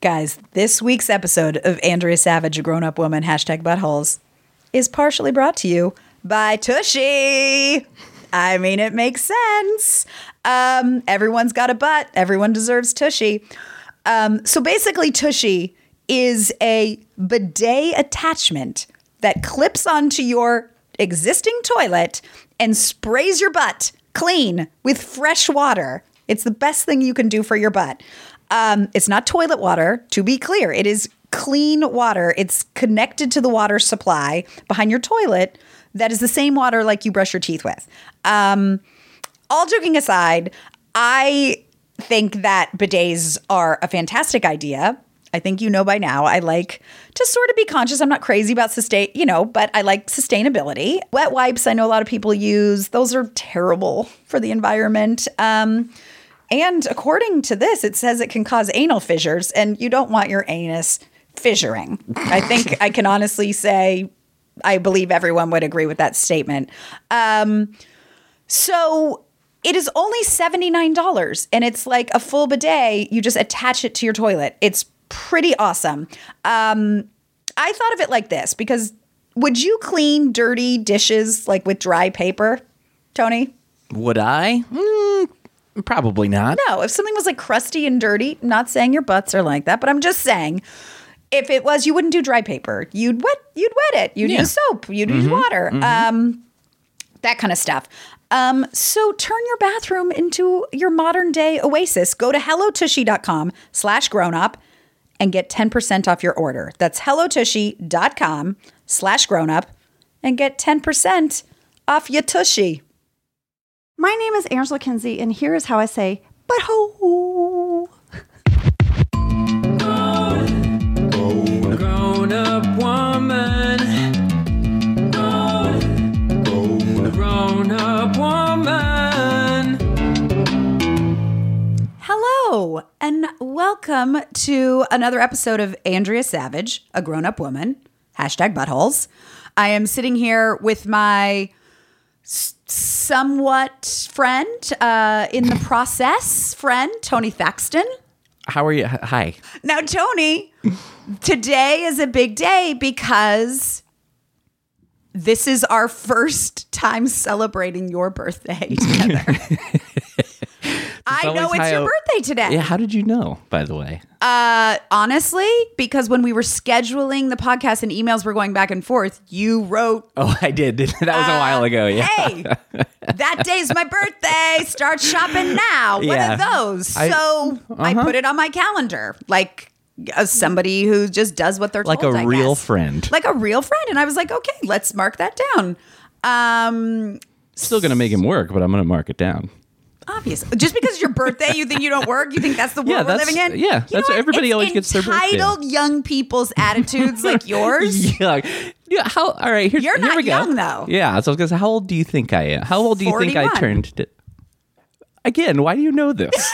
Guys, this week's episode of Andrea Savage, a grown up woman, hashtag buttholes, is partially brought to you by Tushy. I mean, it makes sense. Um, everyone's got a butt, everyone deserves Tushy. Um, so basically, Tushy is a bidet attachment that clips onto your existing toilet and sprays your butt clean with fresh water. It's the best thing you can do for your butt. Um, it's not toilet water, to be clear. It is clean water. It's connected to the water supply behind your toilet that is the same water like you brush your teeth with. Um, all joking aside, I think that bidets are a fantastic idea. I think you know by now. I like to sort of be conscious. I'm not crazy about sustain, you know, but I like sustainability. Wet wipes, I know a lot of people use. Those are terrible for the environment. Um, and according to this, it says it can cause anal fissures, and you don't want your anus fissuring. I think I can honestly say I believe everyone would agree with that statement. Um, so it is only $79 and it's like a full bidet. You just attach it to your toilet. It's pretty awesome. Um, I thought of it like this because would you clean dirty dishes like with dry paper, Tony? Would I? Mm, probably not. No, if something was like crusty and dirty, not saying your butts are like that, but I'm just saying if it was, you wouldn't do dry paper. You'd wet, you'd wet it. You'd Yeah. Mm-hmm. use soap. You'd use water. Um, that kind of stuff. Um, so turn your bathroom into your modern day oasis. Go to hellotushy.com slash grown up and get 10% off your order. That's hellotushy.com slash grown up and get 10% off your tushy. My name is Angela Kinsey, and here is how I say butthole. Grown up woman. Grown up woman. Hello, and welcome to another episode of Andrea Savage, a grown up woman, hashtag buttholes. I am sitting here with my s- somewhat friend uh, in the process, friend, Tony Thaxton. How are you? H- Hi. Now, Tony, today is a big day because this is our first time celebrating your birthday together. I know always it's your how- birthday today. Yeah, how did you know, by the way? honestly, because when we were scheduling the podcast and emails were going back and forth, you wrote, Oh, I did. that was a while ago. Yeah. Uh, "Hey, that day's my birthday. Start shopping now." What Yeah. are those? I- uh-huh. so I put it on my calendar, like uh, somebody who just does what they're Like told, a I real guess. friend. like a real friend. And I was like, "Okay, let's mark that down." Um, Still going to make him work, but I'm going to mark it down. obvious. Just because it's your birthday, you think you don't work. You think that's the world Yeah, we're that's- living in. yeah, You know that's what what? everybody It's always gets their birthday. Entitled young people's attitudes like yours. Yeah. like, yeah, How? All right. Here's, You're here not we go. young, though. Yeah. So I was gonna say, how old do you think I am? How old do you think I 41. turned? To- Again, why do you know this?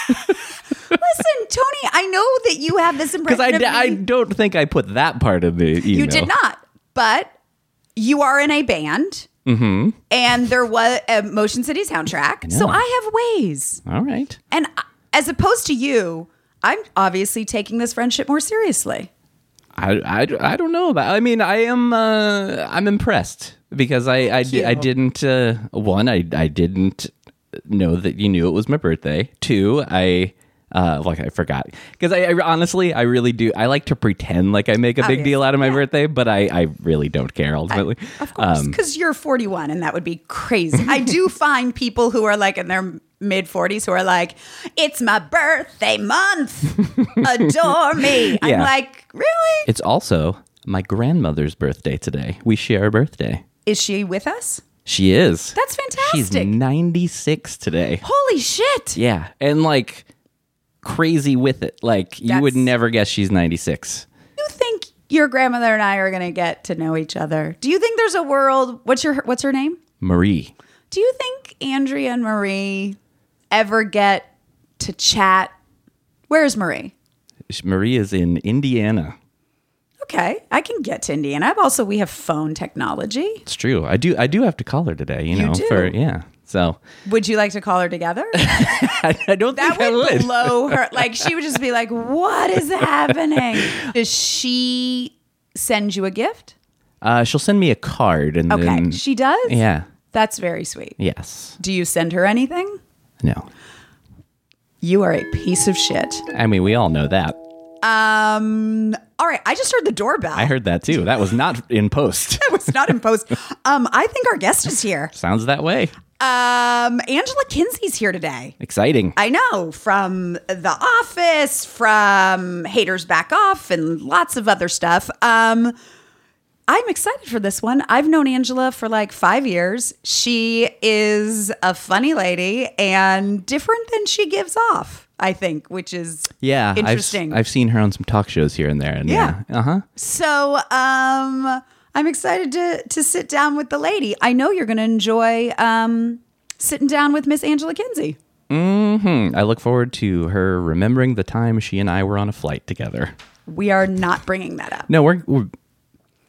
Listen, Tony, I know that you have this Because impression. I, of d- I me. don't think I put that part of the email. you did not, but you are in a band, and there was a Motion City soundtrack. So Mm-hmm. know. I have ways, All right. and I- as opposed to you, I'm obviously taking this friendship more seriously. I, I, I don't know about. I mean, I am uh, I'm impressed because I I, di- I didn't uh, one I I didn't know that you knew it was my birthday. Two, I uh, like I forgot because I, I honestly I really do I like to pretend like I make a big Obviously, deal out of my birthday, but I I really don't care ultimately. Of course, Um, because you're 41, and that would be crazy. I do find people who are like in their mid 40s who are like, "It's my birthday month, adore me." I'm Yeah. like, really? it's also my grandmother's birthday today. We share a birthday. Is she with us? She is. That's fantastic. She's 96 today. Holy shit. Yeah, and like crazy with it. Like you would That's- never guess she's 96. you think your grandmother and I are going to get to know each other? Do you think there's a world? What's your what's her name? Marie. Do you think Andrea and Marie ever get to chat? Where is Marie? Sh- Marie is in Indiana. Okay, I can get to Indiana. I've also we have phone technology. It's true. I do I do have to call her today, you, You know, do. for yeah. So Would you like to call her together? I, I don't That think I would, would. blow her. Like she would just be like, "What is happening?" Does she send you a gift? Uh, she'll send me a card and Okay, then she does. Mm. yeah, that's very sweet. yes, Do you send her anything? no. You are a piece of shit. I mean, we all know that. Um. All right, I just heard the doorbell. I heard that too. That was not in post. it was not imposed. Um, I think our guest is here. Sounds that way. Um, Angela Kinsey's here today. Exciting. I know from The Office, from Haters Back Off, and lots of other stuff. Um, I'm excited for this one. I've known Angela for like five years. She is a funny lady and different than she gives off, I think, which is yeah, I've s- interesting. I've, seen her on some talk shows here and there, and Yeah. yeah, uh huh. So um, I'm excited to to sit down with the lady. I know you're going to enjoy um, sitting down with Miss Angela Kinsey. Hmm. I look forward to her remembering the time she and I were on a flight together. We are not bringing that up. No, we're, we're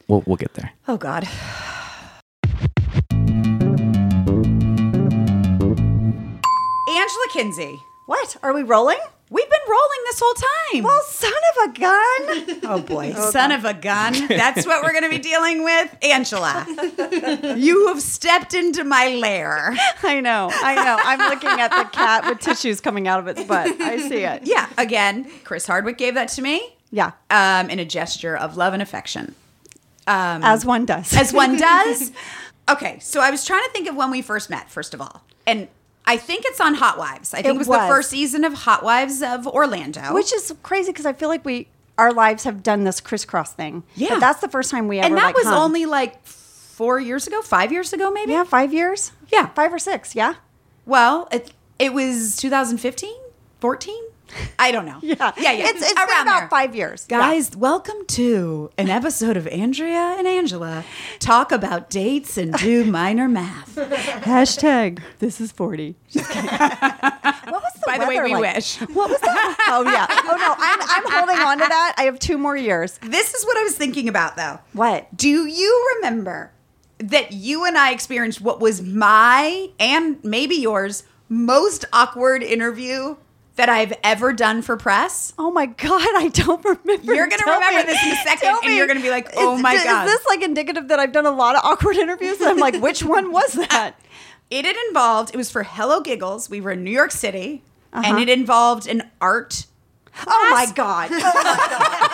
we'll we'll get there. Oh God. Angela Kinsey. What? Are we rolling? We've been rolling this whole time. Well, son of a gun. oh boy. Son of a gun. That's what we're going to be dealing with. Angela, you have stepped into my lair. I know. I know. I'm looking at the cat with tissues coming out of its butt. I see it. Yeah, again, Chris Hardwick gave that to me Yeah. um, in a gesture of love and affection, Um, As one does. as one does. Okay, so I was trying to think of when we first met, first of all. And I think it's on Hot Wives. I think it It was, the was. first season of Hot Wives of Orlando. Which is crazy because I feel like we our lives have done this crisscross thing. Yeah. But that's the first time we ever. and that like, was hung. only like four years ago, five years ago, maybe? yeah five years. Yeah. five or six. Yeah. Well, it, it was 2015, 14? I don't know. Yeah, yeah. It's, it's been Around about there. five years. Yeah. Guys, welcome to an episode of Andrea and Angela talk about dates and do minor math. Hashtag this is 40. what was the By the way, weather we like? wish. What was that? oh, yeah. Oh, no. I'm, I'm holding on to that. I have two more years. This is what I was thinking about though. What? Do you remember that you and I experienced what was my and maybe yours most awkward interview that I've ever done for press? Oh, my God. I don't remember. You're gonna Tell remember me. this in a second, Tell and you're gonna be like, oh, Is- my is God. this like indicative that I've done a lot of awkward interviews? And I'm like, which one was that? It had involved, it was for Hello Giggles. We were in New York City, and it involved an art Oh, my God. Oh, my God.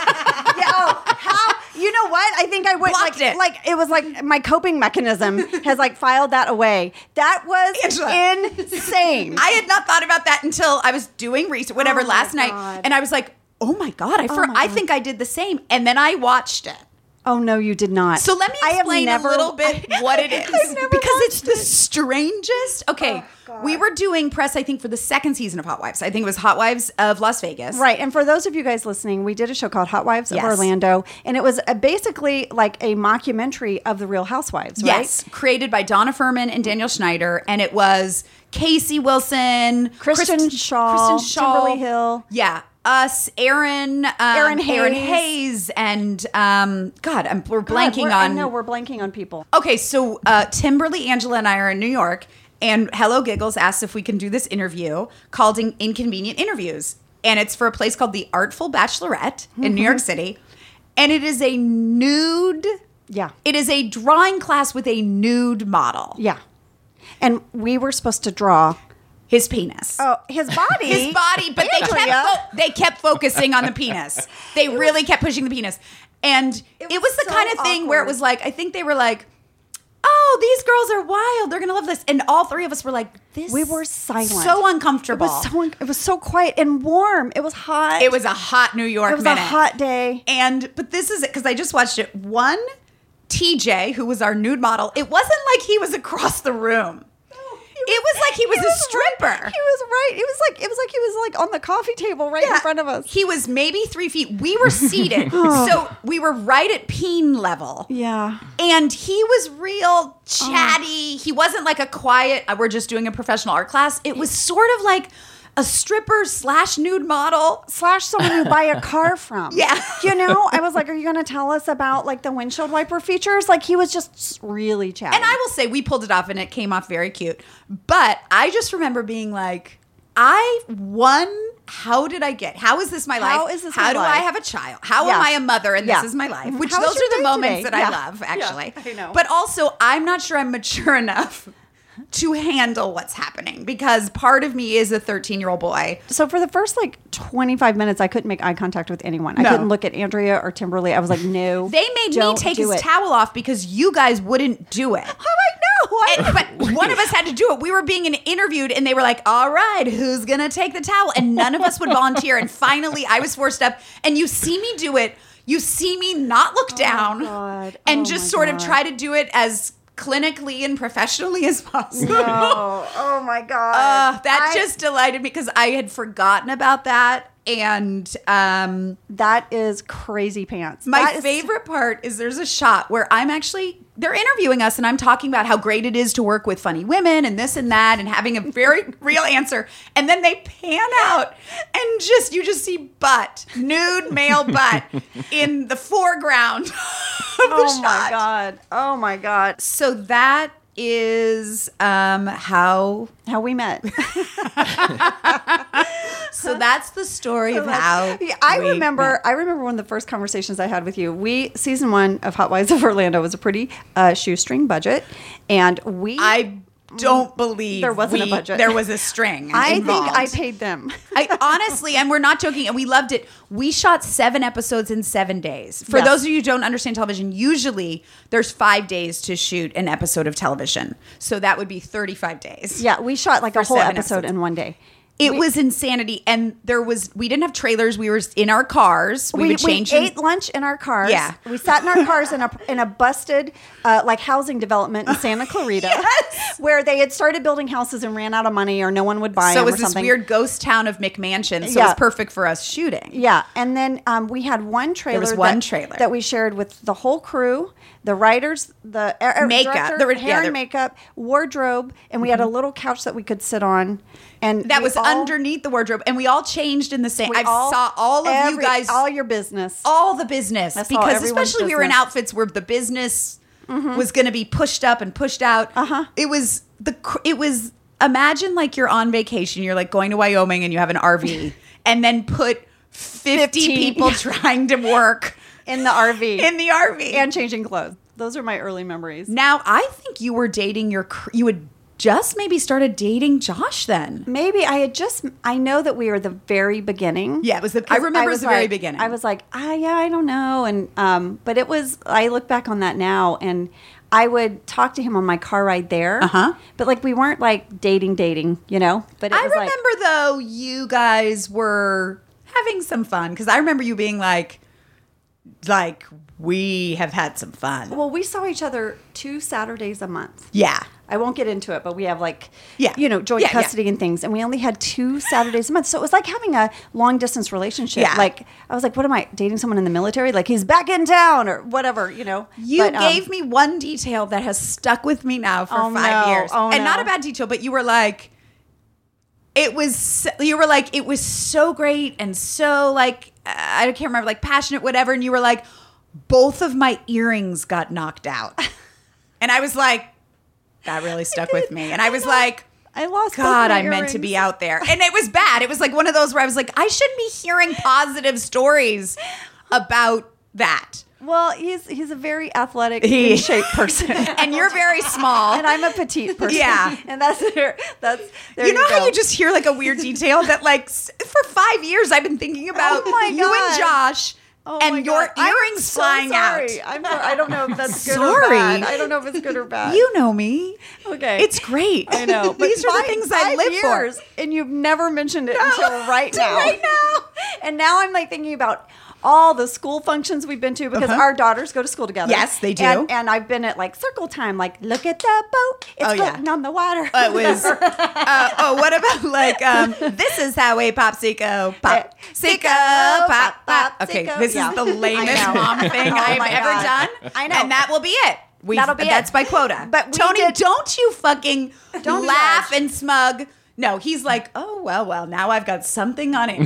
Yeah, oh, how? You know what? I think I went Blocked like it. like it was like my coping mechanism has like filed that away. That was Angela. insane. I had not thought about that until I was doing research, whatever, Oh my last night, God. and I was like, "Oh my god, I for- my I God. think I did the same." And then I watched it. Oh no, you did not. So let me I have explain never- a little bit what it is I've never because it's watched Oh, the strangest. Okay, we were doing press, I think, for the second season of Hot Wives. I think it was Hot Wives of Las Vegas. Right, and for those of you guys listening, we did a show called Hot Wives Yes. of Orlando, and it was a, basically like a mockumentary of the Real Housewives, right? Yes, created by Donna Furman and Daniel Schneider, and it was Casey Wilson, Kristen Krist- Shaw, Kristen Shaw, Kimberly Hill. yeah, us, Aaron, um, Aaron Hayes. Hayes, and um, God, I'm, we're God, blanking we're- I on. know we're blanking on people. Okay, so uh, Timberly, Angela, and I are in New York, and Hello Giggles asked if we can do this interview called In- Inconvenient Interviews. And it's for a place called The Artful Bachelorette in New Mm-hmm. York City. And it is a nude. Yeah. It is a drawing class with a nude model. Yeah, and we were supposed to draw His penis. oh, his body, His body, but they Andrea. kept fo- they kept focusing on the penis. They really kept pushing the penis. And it was, was the so kind of thing where it awkward. was like, I think they were like, Oh, these girls are wild. They're gonna love this. And all three of us were like, this We were silent. So uncomfortable. It was so un- it was so quiet and warm. It was hot. It was a hot New York it was minute. a hot day. And but this is it because I just watched it. One TJ, who was our nude model, it wasn't like he was across the room. It was like he was a stripper. Right. He was right. It was like it was like he was like on the coffee table right in front of us. He was maybe three feet. We were seated. so we were right at peen level. yeah. And he was real chatty. He wasn't like a quiet, "Uh, we're just doing a professional art class. It was sort of like a stripper slash nude model. slash someone you buy a car from. Yeah. You know, I was like, are you going to tell us about like the windshield wiper features? Like he was just really chatty. And I will say we pulled it off and it came off very cute. But I just remember being like, I won. How did I get? How is this my life? How is this How my do life? I have a child? How Yeah. am I a mother and Yeah. this is my life? Which How was those your are day the moments today? that Yeah. I love, actually. Yeah, I know. But also, I'm not sure I'm mature enough to handle what's happening because part of me is a 13 year old boy. so for the first like 25 minutes, I couldn't make eye contact with anyone. I No. couldn't look at Andrea or Kimberly. I was like, no. They made me don't take do his it. Oh, towel off because you guys wouldn't do it. I'm like, no. but one of us had to do it. We were being interviewed, and they were like, "All right, who's gonna take the towel?" And none of us would volunteer. And finally, I was forced up. And you see me do it. You see me not look down Oh, God. and Oh my just sort God. of try to do it as clinically and professionally as possible. Oh, oh my God. Uh, that I- just delighted me because I had forgotten about that. And um, That is crazy pants. my That is- favorite part is there's a shot where I'm actually they're interviewing us and I'm talking about how great it is to work with funny women and this and that and having a very real answer. And then they pan out and just you just see butt, nude male butt in the foreground of the Oh shot. my God. Oh my God. So that is um how How we met. so that's the story of how Yeah, I we remember. met. I remember one of the first conversations I had with you. We season one of Hot Wives of Orlando was a pretty uh, shoestring budget, and we. I don't believe There wasn't a we- budget. There was a string. I think I involved. paid them. I honestly, and we're not joking, and we loved it. We shot seven episodes in seven days. For Yes. those of you who don't understand television, usually there's five days to shoot an episode of television. So that would be 35 days. Yeah, we shot like a For whole seven episode episodes. in one day. It was insanity. And there was, we didn't have trailers. We were in our cars. We, would change. in- ate lunch in our cars. Yeah. we sat in our cars in a in a busted uh, like housing development in Santa Clarita, where they had started building houses and ran out of money, or no one would buy so them it was or this something. weird ghost town of McMansion. So it Yeah. was perfect for us shooting. Yeah, and then um, we had one trailer. was one that, trailer. that we shared with the whole crew, the writers, the er, er, Makeup. director, There were- yeah, there- hair and Mm-hmm. makeup, wardrobe, and we had a little couch that we could sit on, and That we was all- underneath the wardrobe. And we all changed in the same. we I saw all of every- you guys. all your business. all the business That's all, because everyone's especially we were in business. outfits where the business was going to be pushed up and pushed out. Uh-huh. It was the cr- it was imagine like you're on vacation, you're like going to Wyoming and you have an RV and then put 50 15. people trying to work in the RV in the RV. and changing clothes. Those are my early memories. now I think you were dating your cr- you had just maybe started dating Josh then. Maybe I had just. I know that we were the very beginning. Yeah, it was the- I 'Cause remember it was was the very like- beginning. I was like, ah, yeah, I don't know, and um, but it was. I look back on that now, and I would talk to him on my car ride there. Uh Uh-huh. But like, we weren't like dating, dating, you know. But it I was like- remember though you guys were having some fun because I remember you being like, like we have had some fun. well, we saw each other two Saturdays a month. yeah, I won't get into it, but we have like, Yeah. you know, joint Yeah, yeah. custody and things. And we only had two Saturdays a month. So it was like having a long distance relationship. Yeah. Like, I was like, what am I dating someone in the military? Like, he's back in town or whatever, you know? you But, um, gave me one detail that has stuck with me now for Oh, five no. years, Oh, and not no. a bad detail, but you were like. It was so- you were like it was so great and so like uh, I can't remember like passionate whatever and you were like both of my earrings got knocked out and I was like that really stuck with me and I was like I lost both God, my I meant to be earrings. out there. And it was bad. It was like one of those where I was like, I should be hearing positive stories about that. Well, he's he's a very athletic, He- in shape person. And you're very small. and I'm a petite person. Yeah. And that's that's there you know how go. you just hear like a weird detail that like s- for five years I've been thinking about Oh my you God. and Josh Oh my and your God. I'm earrings so flying sorry. out. I'm sorry. I don't know if that's good or Sorry. bad. I don't know if it's good or bad. You know me. Okay. It's great. I know. but These are five- the things I five live years, for. And you've never mentioned it until right till now. right now. And now I'm like thinking about all the school functions we've been to because Uh-huh. our daughters go to school together. Yes, they do. And, and I've been at like circle time, like, look at the boat. It's Oh, yeah. floating on the water. Uh, It was. uh, oh, what about like um, this is how a popsico pop Sicko, sicko pop pop, pop. pop, Okay, sicko. this Yeah. is the I lamest know. mom thing Oh I've my ever God. done. I know. And that will be it. We, That'll be it. that's my quota. But we Tony, did- don't you fucking Don't laugh judge. and smug. No, he's like, oh well, well, now I've got something on it.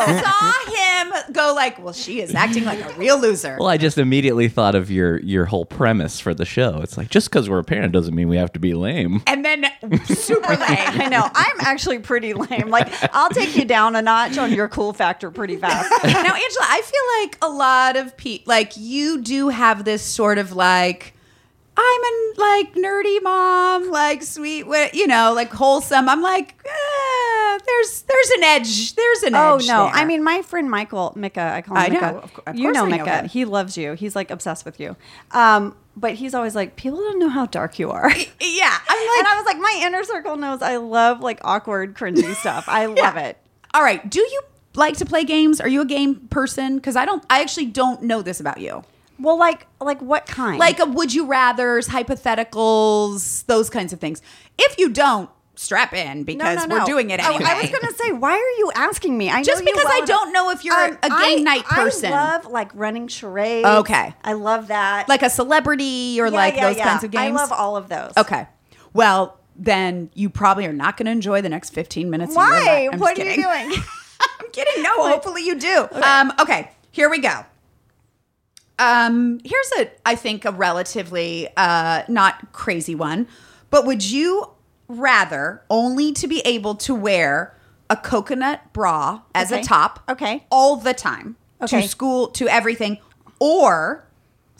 I saw him go like, well, she is acting like a real loser. Well, I just immediately thought of your your whole premise for the show. It's like just because we're a parent doesn't mean we have to be lame. And then super lame. I know. I'm actually pretty lame. Like, I'll take you down a notch on your cool factor pretty fast. now, Angela, I feel like a lot of people, like you do have this sort of like, I'm a like nerdy mom, like sweet, wi- you know, like wholesome. I'm like, eh, there's there's an edge. There's an Oh no! edge. there. I mean, my friend Michael Mika, I call him I know. Mika. Of cou- of you course know I know Mika. him. He loves you. He's like obsessed with you. Um, but he's always like, people don't know how dark you are. yeah. I'm like, and I was like, my inner circle knows I love like awkward, cringy stuff. I love Yeah. it. All right. Do you like to play games? Are you a game person? Because I don't. I actually don't know this about you. Well, like, like what kind? Like a would you rather's, hypotheticals, those kinds of things. If you don't, strap in because we're doing it Oh, anyway. I was gonna say, why are you asking me? I Just know you because well I enough. don't know if you're a I- game night person. I love like running charades. Okay. I love that. like a celebrity or Yeah, like yeah, those yeah. kinds of I games. love all of those. Okay. Well, then you probably are not going to enjoy the next 15 minutes. of your Why? life. I'm just What are kidding. you doing? I'm kidding. No, hopefully you do. Um, okay, here we go. Um, here's a, I think, a relatively uh, not crazy one, but would you rather only to be able to wear a coconut bra as Okay. a top, Okay. all the time Okay. to school to everything, or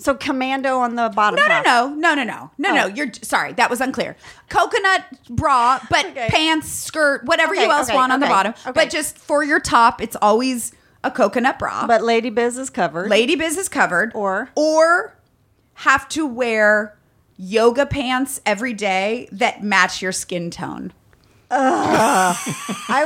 So commando on the bottom. no, no, half. no, no, no, no, no, no. Oh. You're sorry. That was unclear. Coconut bra, but Okay. pants, skirt, whatever you Okay, else okay, want on the okay, bottom. okay. But just for your top, it's always a coconut bra. But Lady Biz is covered. Lady Biz is covered. Or- or have to wear yoga pants every day that match your skin tone. I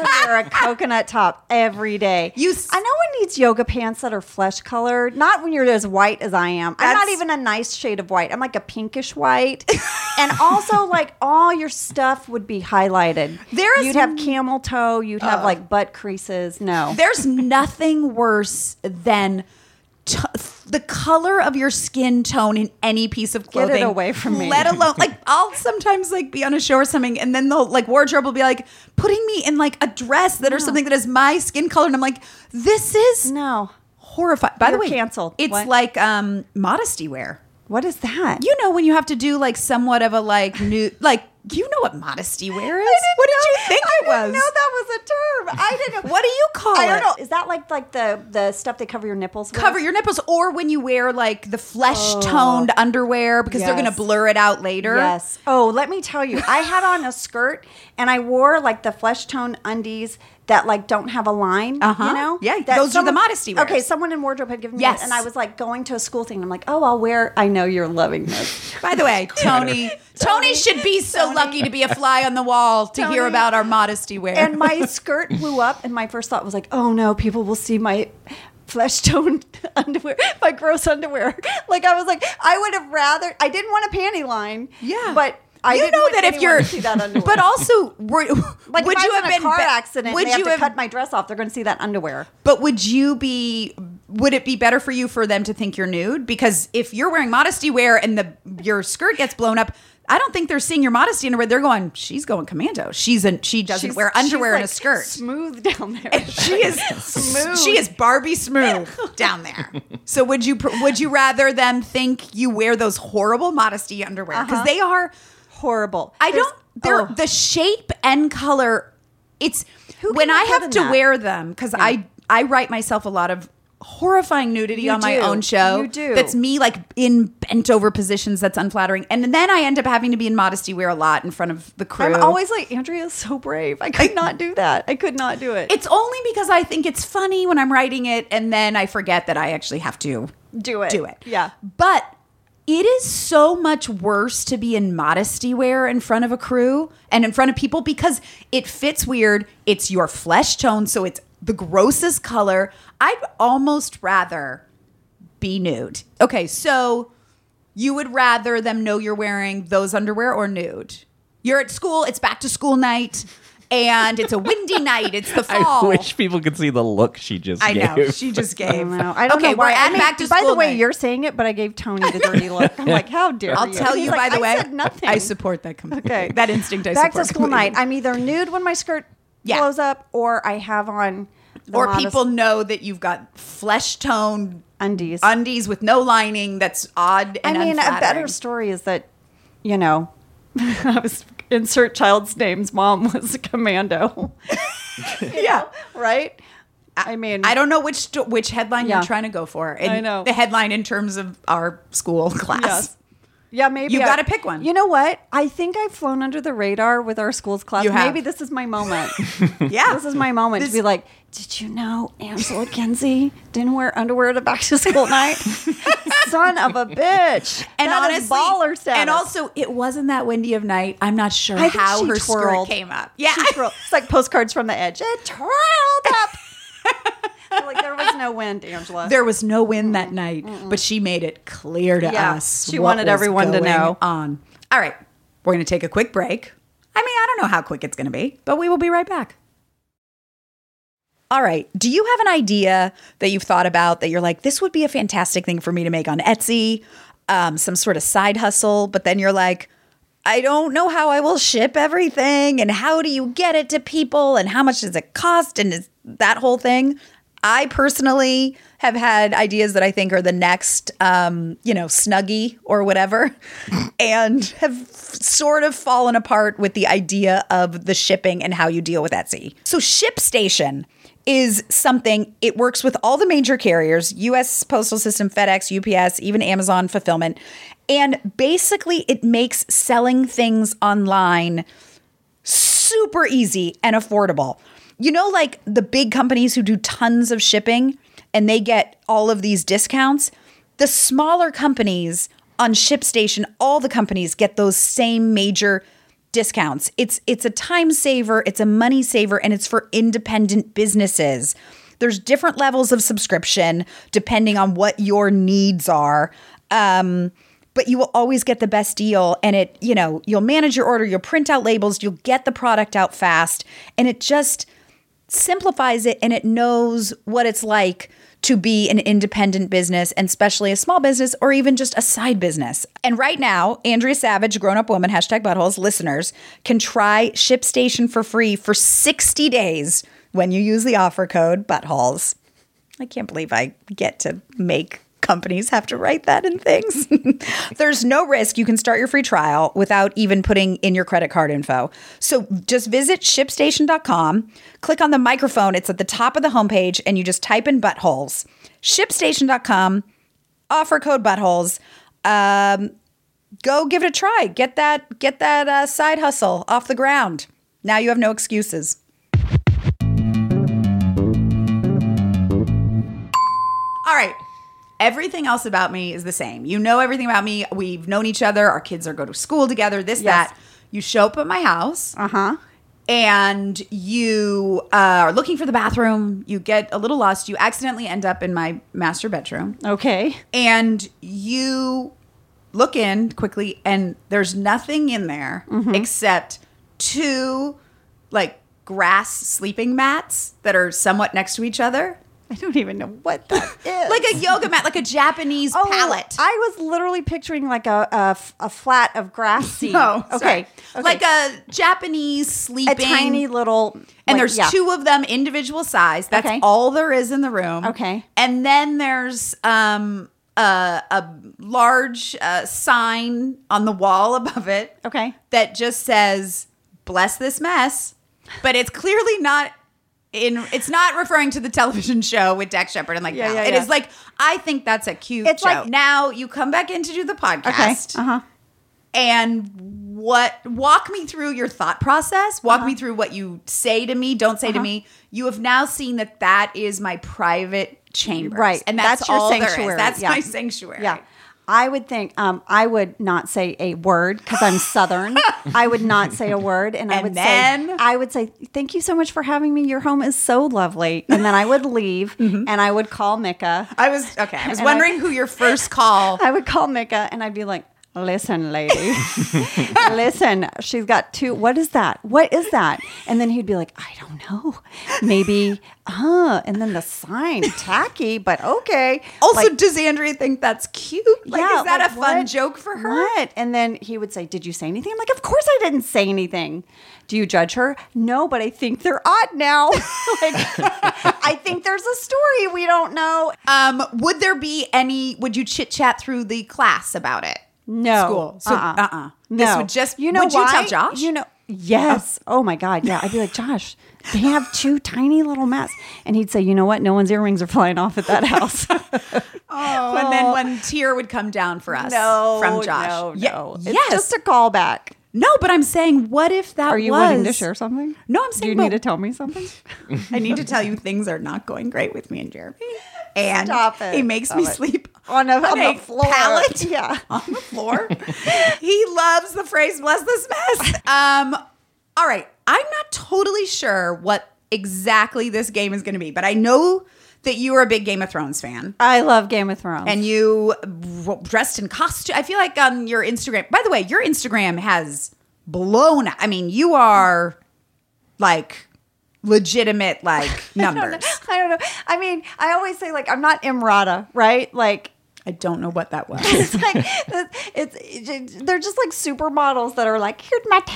would wear a coconut top every day. You s- I know one needs yoga pants that are flesh colored. Not when you're as white as I am. I'm not That's- even a nice shade of white. I'm like a pinkish white. and also, like all your stuff would be highlighted. There is- you'd have camel toe. You'd have like butt creases. No, There's nothing worse than t- the color of your skin tone in any piece of Get it clothing. away from me. Let alone like I'll sometimes like be on a show or something, and then the like wardrobe will be like putting me in like a dress that or something that is my skin color, and I'm like, this is no. horrifying. By You're the way, canceled. It's What? like um modesty wear. What is that? You know when you have to do like somewhat of a like new like you know what modesty wear is. What did you think I it was? didn't know that was a term. I didn't. know. What do you call I don't it? know. Is that like like the the stuff they cover your nipples? With? cover your nipples or when you wear like the flesh toned underwear because they're Oh. Yes. going to blur it out later. Yes. Oh, let me tell you, I had on a skirt and I wore like the flesh tone undies that like don't have a line. Uh-huh. You know? Yeah, That those are the modesty wears. Okay, someone in wardrobe had given me Yes. yes. and I was like going to a school thing and I'm like, oh, I'll wear. I know you're loving this. By the way, Tony, Tony should be so lucky to be a fly on the wall to hear Tony. about our modesty wear. and my skirt blew up, and my first thought was like, oh no, people will see my flesh toned underwear, my gross underwear. Like I was like, I would have rather. I didn't want a panty line. Yeah. but. I you didn't know want that if anyone you're, to see that underwear. but also, were, Like would if you I was have in been a car ba- accident? Would and they you have, have, to cut my dress off? They're going to see that underwear. but would you be? Would it be better for you for them to think you're nude? Because if you're wearing modesty wear and the your skirt gets blown up, I don't think they're seeing your modesty underwear. They're going, she's going commando. She's an, she doesn't She's- wear underwear she's, and a like, skirt. Smooth down there. she is smooth. She is Barbie smooth down there. So would you pr- would you rather them think you wear those horrible modesty underwear because they are horrible. I Uh-huh. There's- don't they're oh. the shape and color it's Who when came I up have with to that? wear them cuz I I write myself a lot of horrifying nudity You on my do. own show. You do. That's me like in bent over positions that's unflattering and then I end up having to be in modesty wear a lot in front of the crew. I'm always like Andrea is so brave. I could not do that. I could not do it. It's only because I think it's funny when I'm writing it, and then I forget that I actually have to Do it. Do it. Yeah. But it is so much worse to be in modesty wear in front of a crew and in front of people because it fits weird. It's your flesh tone, so it's the grossest color. I'd almost rather be nude. Okay, so you would rather them know you're wearing those underwear or nude? You're at school, it's back to school night, and it's a windy night. It's the fall. I wish people could see the look she just I gave. know. She just I gave. don't know. I don't okay, know why. we're at I mean, back to by school the way, night. you're saying it, but I gave Tony the dirty look. I'm like, how dare I'll you? tell And you. he's By like, the I way, said nothing. I support that completely. Okay. That instinct. I back to support school night. completely. I'm either nude when my skirt Yeah. blows up, or I have on the or modest people know that you've got flesh toned undies. undies with no lining. That's odd. I And mean, a better unflattering. story is that you know, I was insert child's name's mom was a commando, Yeah. right? I mean, I don't know which sto- which headline Yeah. you're trying to go for. And I know. the headline in terms of our school class. Yes. Yeah, maybe You I- gotta pick one. You know what? I think I've flown under the radar with our school's class. You have. Maybe this is my moment. Yeah. this is my moment to be like, did you know Angela Kinsey didn't wear underwear to back to school night? Son of a bitch. and That honestly, is baller status. and also it wasn't that windy of night. I'm not sure I think how she her twirled. skirt came up. Yeah, She twirled. It's like postcards from the edge. It twirled up. I'm like there was no wind, Angela. there was no wind that night, but she made it clear to Yeah, us. she what wanted was everyone to going know. On. All right, we're going to take a quick break. I mean, I don't know how quick it's going to be, but we will be right back. All right. Do you have an idea that you've thought about that you're like, this would be a fantastic thing for me to make on Etsy, um, some sort of side hustle? But then you're like, I don't know how I will ship everything and how do you get it to people and how much does it cost and is that whole thing? I personally have had ideas that I think are the next, um, you know, snuggie or whatever, and have sort of fallen apart with the idea of the shipping and how you deal with Etsy. So, ShipStation is something it works with all the major carriers US Postal System, FedEx, UPS, even Amazon Fulfillment. And basically, it makes selling things online super easy and affordable. You know, like the big companies who do tons of shipping and they get all of these discounts, the smaller companies on ShipStation, all the companies get those same major discounts. It's it's a time saver, it's a money saver, and it's for independent businesses. There's different levels of subscription depending on what your needs are. Um, but you will always get the best deal and it you know you'll manage your order you'll print out labels you'll get the product out fast and it just simplifies it and it knows what it's like to be an independent business and especially a small business or even just a side business. And right now, Andrea Savage, grown up woman, hashtag buttholes, listeners can try ShipStation for free for 60 days when you use the offer code buttholes. I can't believe I get to make companies have to write that in things. There's no risk. You can start your free trial without even putting in your credit card info. So just visit shipstation.com, click on the microphone, it's at the top of the homepage, and you just type in buttholes. Shipstation.com, offer code buttholes. Um, go give it a try. Get that get that uh, side hustle off the ground. Now you have no excuses. All right. Everything else about me is the same. You know everything about me. We've known each other. Our kids are go to school together. This Yes. that. You show up at my house. Uh Uh-huh. And you uh, are looking for the bathroom. You get a little lost. You accidentally end up in my master bedroom, okay. and you look in quickly, and there's nothing in there Mm-hmm. except two like grass sleeping mats that are somewhat next to each other I don't even know what that is. like a yoga mat, like a Japanese Oh, palette. I was literally picturing like a a, f- a flat of grass seed. No, sorry. okay. okay. Like a Japanese sleeping. a tiny little. and like, there's yeah. two of them individual size. That's Okay. all there is in the room. Okay. And then there's um a, a large uh, sign on the wall above it. Okay. That just says "Bless this mess," but it's clearly not. In, it's not referring to the television show with Dak Shepard and like Yeah, yeah, yeah, it yeah. is like I think that's a cute It's like- joke. now you come back in to do the Okay. podcast Uh huh. and what walk me through your thought process walk Uh-huh. me through what you say to me don't say to me you have now seen that that is my private chamber Right. and that's, That's your all there is. sanctuary. that's Yeah. my sanctuary Yeah. I would think um, I would not say a word because I'm Southern. I would not say a word, and, I And would say then- I would say thank you so much for having me. Your home is so lovely, and then I would leave, Mm-hmm. and I would call Mika. i was okay i was And I- wondering who your first call I would call Mika, and I'd be like, Listen, lady. Listen, she's got two. What is that? What is that? And then he'd be like, I don't know. Maybe, uh, and then the sign, tacky, but okay. Also, Like, does Andrea think that's cute? Like, is that like, a fun what? joke for her? What? And then he would say, Did you say anything? I'm like, Of course I didn't say anything. Do you judge her? No, but I think they're odd now. like, I think there's a story we don't know. Um, would there be any? Would you chit chat through the class about it? No. Uh-uh. school. So uh uh No. This would just you know Would why? you tell Josh? You know. Yes. Oh my God. Yeah. I'd be like, Josh, they have two tiny little mats. And he'd say, you know what? No one's earrings are flying off at that house. and then one tear would come down for us from Josh. Oh. No, Ye- no. It's yes. just a callback. no, but I'm saying, what if that Are you was? wanting to share something? No, I'm Do you saying, need but- to tell me something? I need to tell you, things are not going great with me and Jeremy. And Stop it. he makes Stop me it. sleep On a- on the floor. pallet. Yeah. on the floor. he loves the phrase "bless this mess." Um, all right, I'm not totally sure what exactly this game is going to be, but I know that you are a big Game of Thrones fan. I love Game of Thrones. and you w- dressed in costume. I feel like on your Instagram. By the way, your Instagram has blown. I mean, you are like legitimate like numbers. I don't know. I mean, I always say like I'm not Imrata, right? Like I don't know what that was. it's like it's, it's they're just like supermodels that are like here's my tiny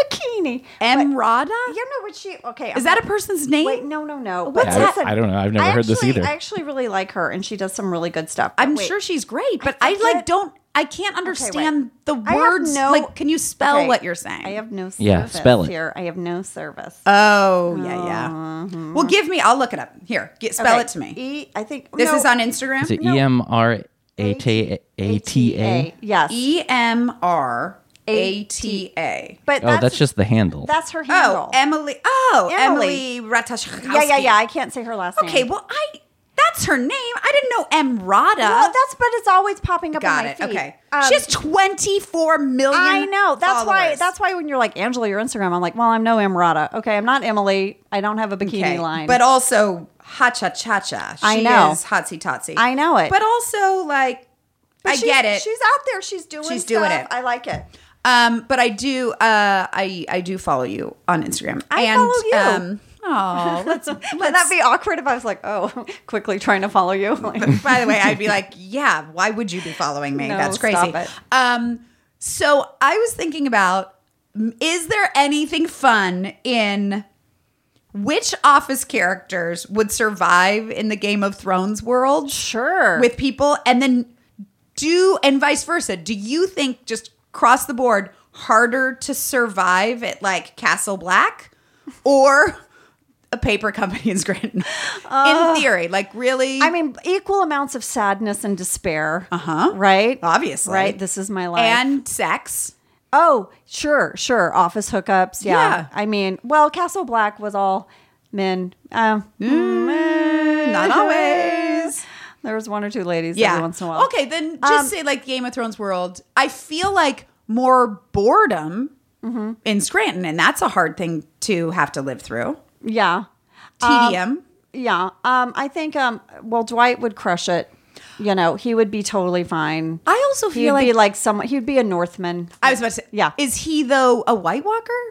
bikini. Emrata? But, you know what she? Okay, Is that a person's name? Wait, no, no, no. What's But that? listen, I don't know. I've never I heard this actually- either. I actually really like her, and she does some really good stuff. But I'm wait. sure she's great, but I, like forget- don't. I can't understand the I have words. no- like, can you spell Okay, what you're saying? I have no service Yeah, spell it. here. I have no service. Oh yeah, yeah. Well, give me. I'll look it up. Here, get, spell Uh-huh. Okay. it to me. E, I think this no, is on Instagram. Is it E M R A T A T A? Yes, E M R A T A. but Oh, that's just the handle. that's her handle. Oh, Emily. Oh, Emily, Emily. Emily yeah, yeah, yeah. I can't say her last name. Okay, well, I that's her name. I didn't know Emrata. Well, that's but it's always popping up. on Got my it. feed. Okay, Um, she has twenty four million. I know. That's why. followers. That's why when you're like Angela, your Instagram, I'm like, well, I'm no Emrata. Okay, I'm not Emily. I don't have a bikini Okay, line. But also, ha cha cha cha. I She know. is hotsy totsy. I know it. But also, like, But I she's- get it. She's out there. She's doing. She's doing stuff. it. I like it. Um, but I do. Uh, I I do follow you on Instagram. I follow you. oh, let's Would that be awkward if I was like, oh, quickly trying to follow you? Like, By the way, I'd be like, yeah, why would you be following me? No, That's crazy. stop it. Um, so I was thinking about m- is there anything fun in which office characters would survive in the Game of Thrones world? Sure. With people and then do and vice versa. Do you think just cross the board harder to survive at like Castle Black or a paper company in Scranton? in theory, like really Uh, I mean, equal amounts of sadness and despair. Uh Uh-huh. Right. Obviously. Right. This is my life. and sex. Oh, sure, sure. Office hookups. Yeah. Yeah. I mean, well, Castle Black was all men. Um, Mm. Not always. mm. There was one or two ladies Yeah. every once in a while. Okay, then just Um, say like Game of Thrones world. I feel like more boredom Mm-hmm. in Scranton, and that's a hard thing to have to live through. Yeah. TDM. Yeah. Um, I think, um, well, Dwight would crush it. You know, he would be totally fine. I also He'd feel like, be like someone, he'd be a Northman. I was about to say, Yeah. Is he though a White Walker?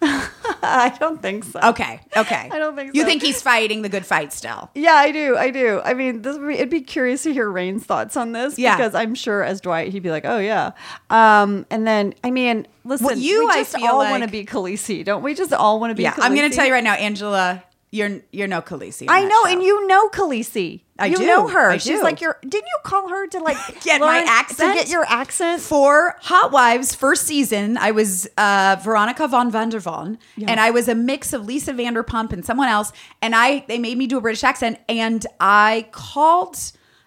I don't think so. Okay, okay. I don't think You so. think he's fighting the good fight still? Yeah, I do. I do. I mean, this would be, it'd be curious to hear Rain's thoughts on this Yeah. because I'm sure as Dwight, he'd be like, "Oh yeah." Um, and then, I mean, listen, Well, you, we I just feel all like- want to be Khaleesi, don't we? Just all want to be. Yeah, I'm going Khaleesi? to tell you right now, Angela, you're you're no Khaleesi. on I that know, show. and you know Khaleesi. I you do. know her. I She's do. like your. Didn't you call her to like Get my learn- accent? To get your accent. for Hot Wives first season, I was uh, Veronica von Vandervon, and I was a mix of Lisa Vanderpump and someone else. And I they made me do a British accent, and I called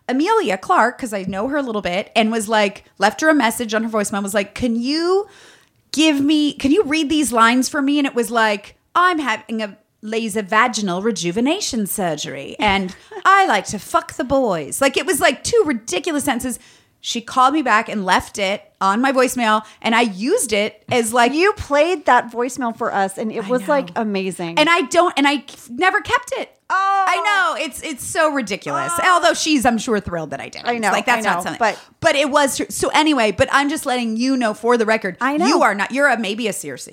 Amelia Clark because I know her a little bit, and was like left her a message on her voicemail. Was like, can you give me? Can you read these lines for me? And it was like, I'm having a laser vaginal rejuvenation surgery and I like to fuck the boys. Like it was like two ridiculous sentences. She called me back and left it on my voicemail and I used it as like You played that voicemail for us, and it was know. like amazing. and I don't and I never kept it. Oh. I know it's it's so ridiculous. Although she's, I'm sure, thrilled that I did. it. I know, like that's I know, not something. but- but it was true. So anyway, but I'm just letting you know for the record. I know. you are not. You're a maybe a Circe.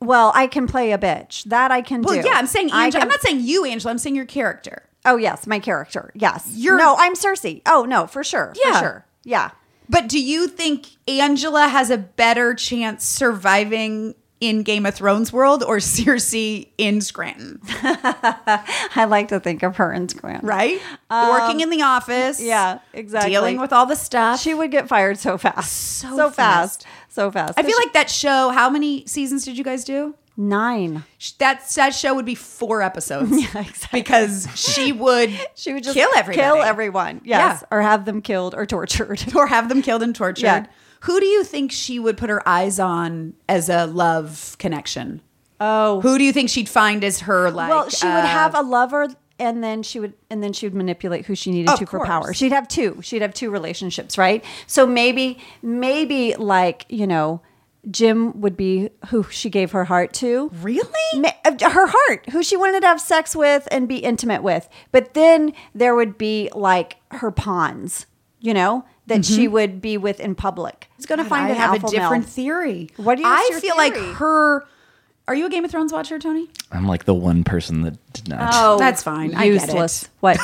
Well, I can play a bitch. That I can Well, do. yeah, I'm saying I Angela. can- I'm not saying you, Angela. I'm saying your character. Oh yes, my character. Yes. You're- no, I'm Cersei. Oh no, for sure. Yeah. For sure. Yeah. But do you think Angela has a better chance surviving in Game of Thrones world or Circe in Scranton? I like to think of her in Scranton. Right, working in the office. Um, yeah, exactly. Dealing with all the stuff. She would get fired so fast. So fast. fast. So fast. I feel She- like that show. How many seasons did you guys do? nine. Sh- That that show would be four episodes. Yeah, exactly. Because she would She would just kill everybody, Kill everyone. Yes. Yeah. Or have them killed or tortured. or have them killed and tortured. Yeah. Who do you think she would put her eyes on as a love connection? Oh. Who do you think she'd find as her like? well, she would uh, have a lover and then she would and then she would manipulate who she needed Of to for course. power. She'd have two. She'd have two relationships, right? So maybe maybe like, you know, Jim would be who she gave her heart to. really. Ma- uh, her heart, who she wanted to have sex with and be intimate with. But then there would be like her pawns, you know, that she would be with in public. Mm-hmm. It's going to God, find I an have alpha a different male. theory. What do you- I what's your feel theory? like her. Are you a Game of Thrones watcher, Tony? I'm like the one person that did not. Oh. That's fine. I get it. Useless. What?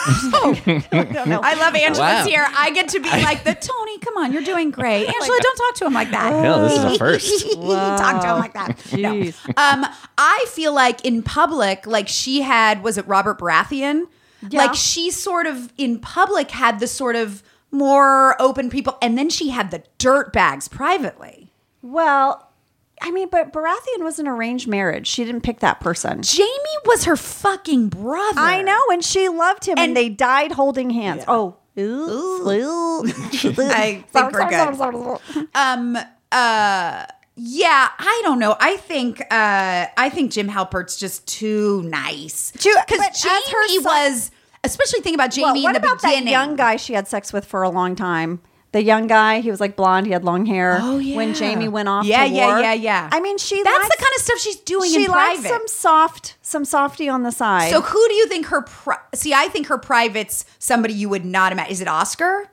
I love Angela's Wow. here. I get to be like the Tony. Come on, you're doing great. Angela, don't talk to him like that. Yeah, this is a first. talk to him like that. No. Jeez. Um, I feel like in public, like she had, was it Robert Baratheon? Yeah. Like she sort of in public had the sort of more open people, and then she had the dirt bags privately. well, I mean, but Baratheon was an arranged marriage. She didn't pick that person. Jamie was her fucking brother. I know, and she loved him, and, And- they died holding hands. Oh. Ooh. I think we're good. Um. Uh. Yeah. I don't know. I think. Uh. I think Jim Halpert's just too nice. Too- but Because as her Jamie son- was. Especially think about Jamie Well, in what the about beginning. that young guy she had sex with for a long time? The young guy, he was like blonde, he had long hair. Oh, yeah. When Jamie went off, Yeah, to yeah, war. yeah, yeah. I mean, she That's likes- the kind of stuff she's doing she in likes private. some soft, some softy on the side. so who do you think her? Pri- See, I think her private's somebody you would not imagine. Is it Oscar?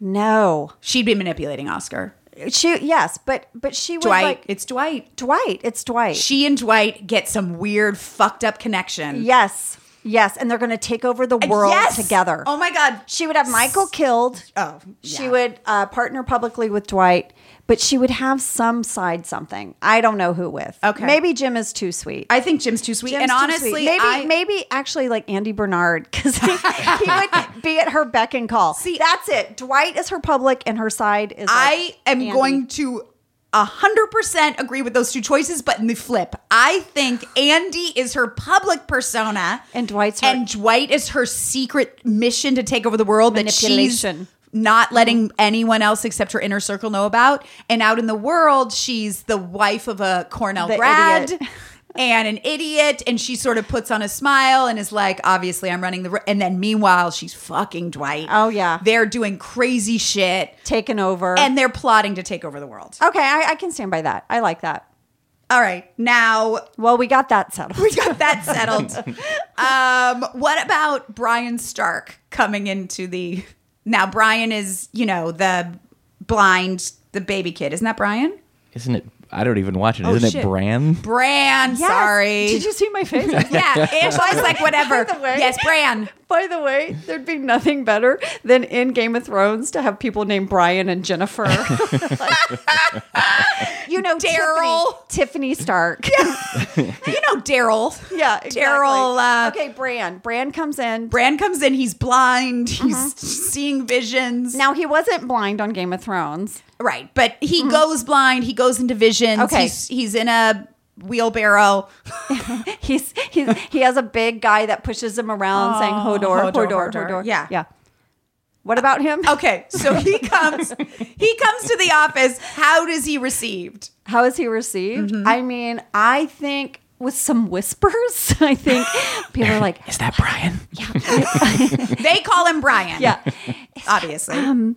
no, She'd be manipulating Oscar. she yes, but but she would Dwight. like it's Dwight. Dwight. It's Dwight. She and Dwight get some weird fucked up connection. yes, yes, and they're going to take over the world Yes! together. Oh my god. She would have Michael killed. Oh, She yeah. would uh, partner publicly with Dwight, but she would have some side something. I don't know who with. Okay. Maybe Jim is too sweet. I think Jim's too sweet. Jim's and too honestly, sweet. maybe I, maybe actually like Andy Bernard because he, he would be at her beck and call. See- that's it. Dwight is her public, and her side is. I like am Andy. going to a hundred percent agree with those two choices, but in the flip, I think Andy is her public persona, And Dwight's her- and Dwight is her secret mission to take over the world that she's Manipulation. not letting anyone else except her inner circle know about. And out in the world, she's the wife of a Cornell The grad. idiot. And an idiot, and she sort of puts on a smile and is like, "Obviously, I'm running the." r-" And then, meanwhile, she's fucking Dwight. Oh, yeah. they're doing crazy shit taken over. and they're plotting to take over the world. okay, I, I can stand by that. I like that. All right, now Well, we got that settled. we got that settled. um, what about Brian Stark coming into the? Now Brian is, you know, the blind, the baby kid. Isn't that Brian? Isn't it? I don't even watch it. Oh, Isn't shit. it Bran? Bran, Yes. sorry. Did you see my face? yeah, Angela's like whatever. the way- yes, Bran. By the way, there'd be nothing better than in Game of Thrones to have people named Brian and Jennifer. you know, Daryl. Tiffany, Tiffany Stark. Yeah, You know Daryl. Daryl. Uh, okay, Bran. Bran comes in. Bran comes in. He's blind. He's seeing visions. Uh-huh. Now he wasn't blind on Game of Thrones. Right, but he goes blind. He goes into visions. Mm-hmm. Okay. he's, he's in a wheelbarrow. He's he he has a big guy that pushes him around saying Hodor, Hodor, Hodor." Hodor, Hodor, Yeah. Oh. yeah. What about him? Okay, so he comes. he comes to the office. How does he received? How is he received? Mm-hmm. I mean, I think with some whispers, I think people are like, Is that Brian? They call him Brian. yeah. obviously. Um,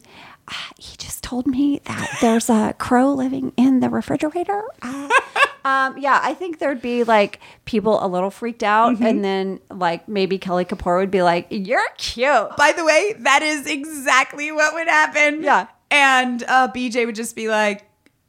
"Ah, he just told me that there's a crow living in the refrigerator. Ah." um, yeah, I think there'd be like people a little freaked out, and then like maybe Kelly Kapoor would be like, "You're cute." By the way, that is exactly what would happen. Yeah. And uh, BJ would just be like,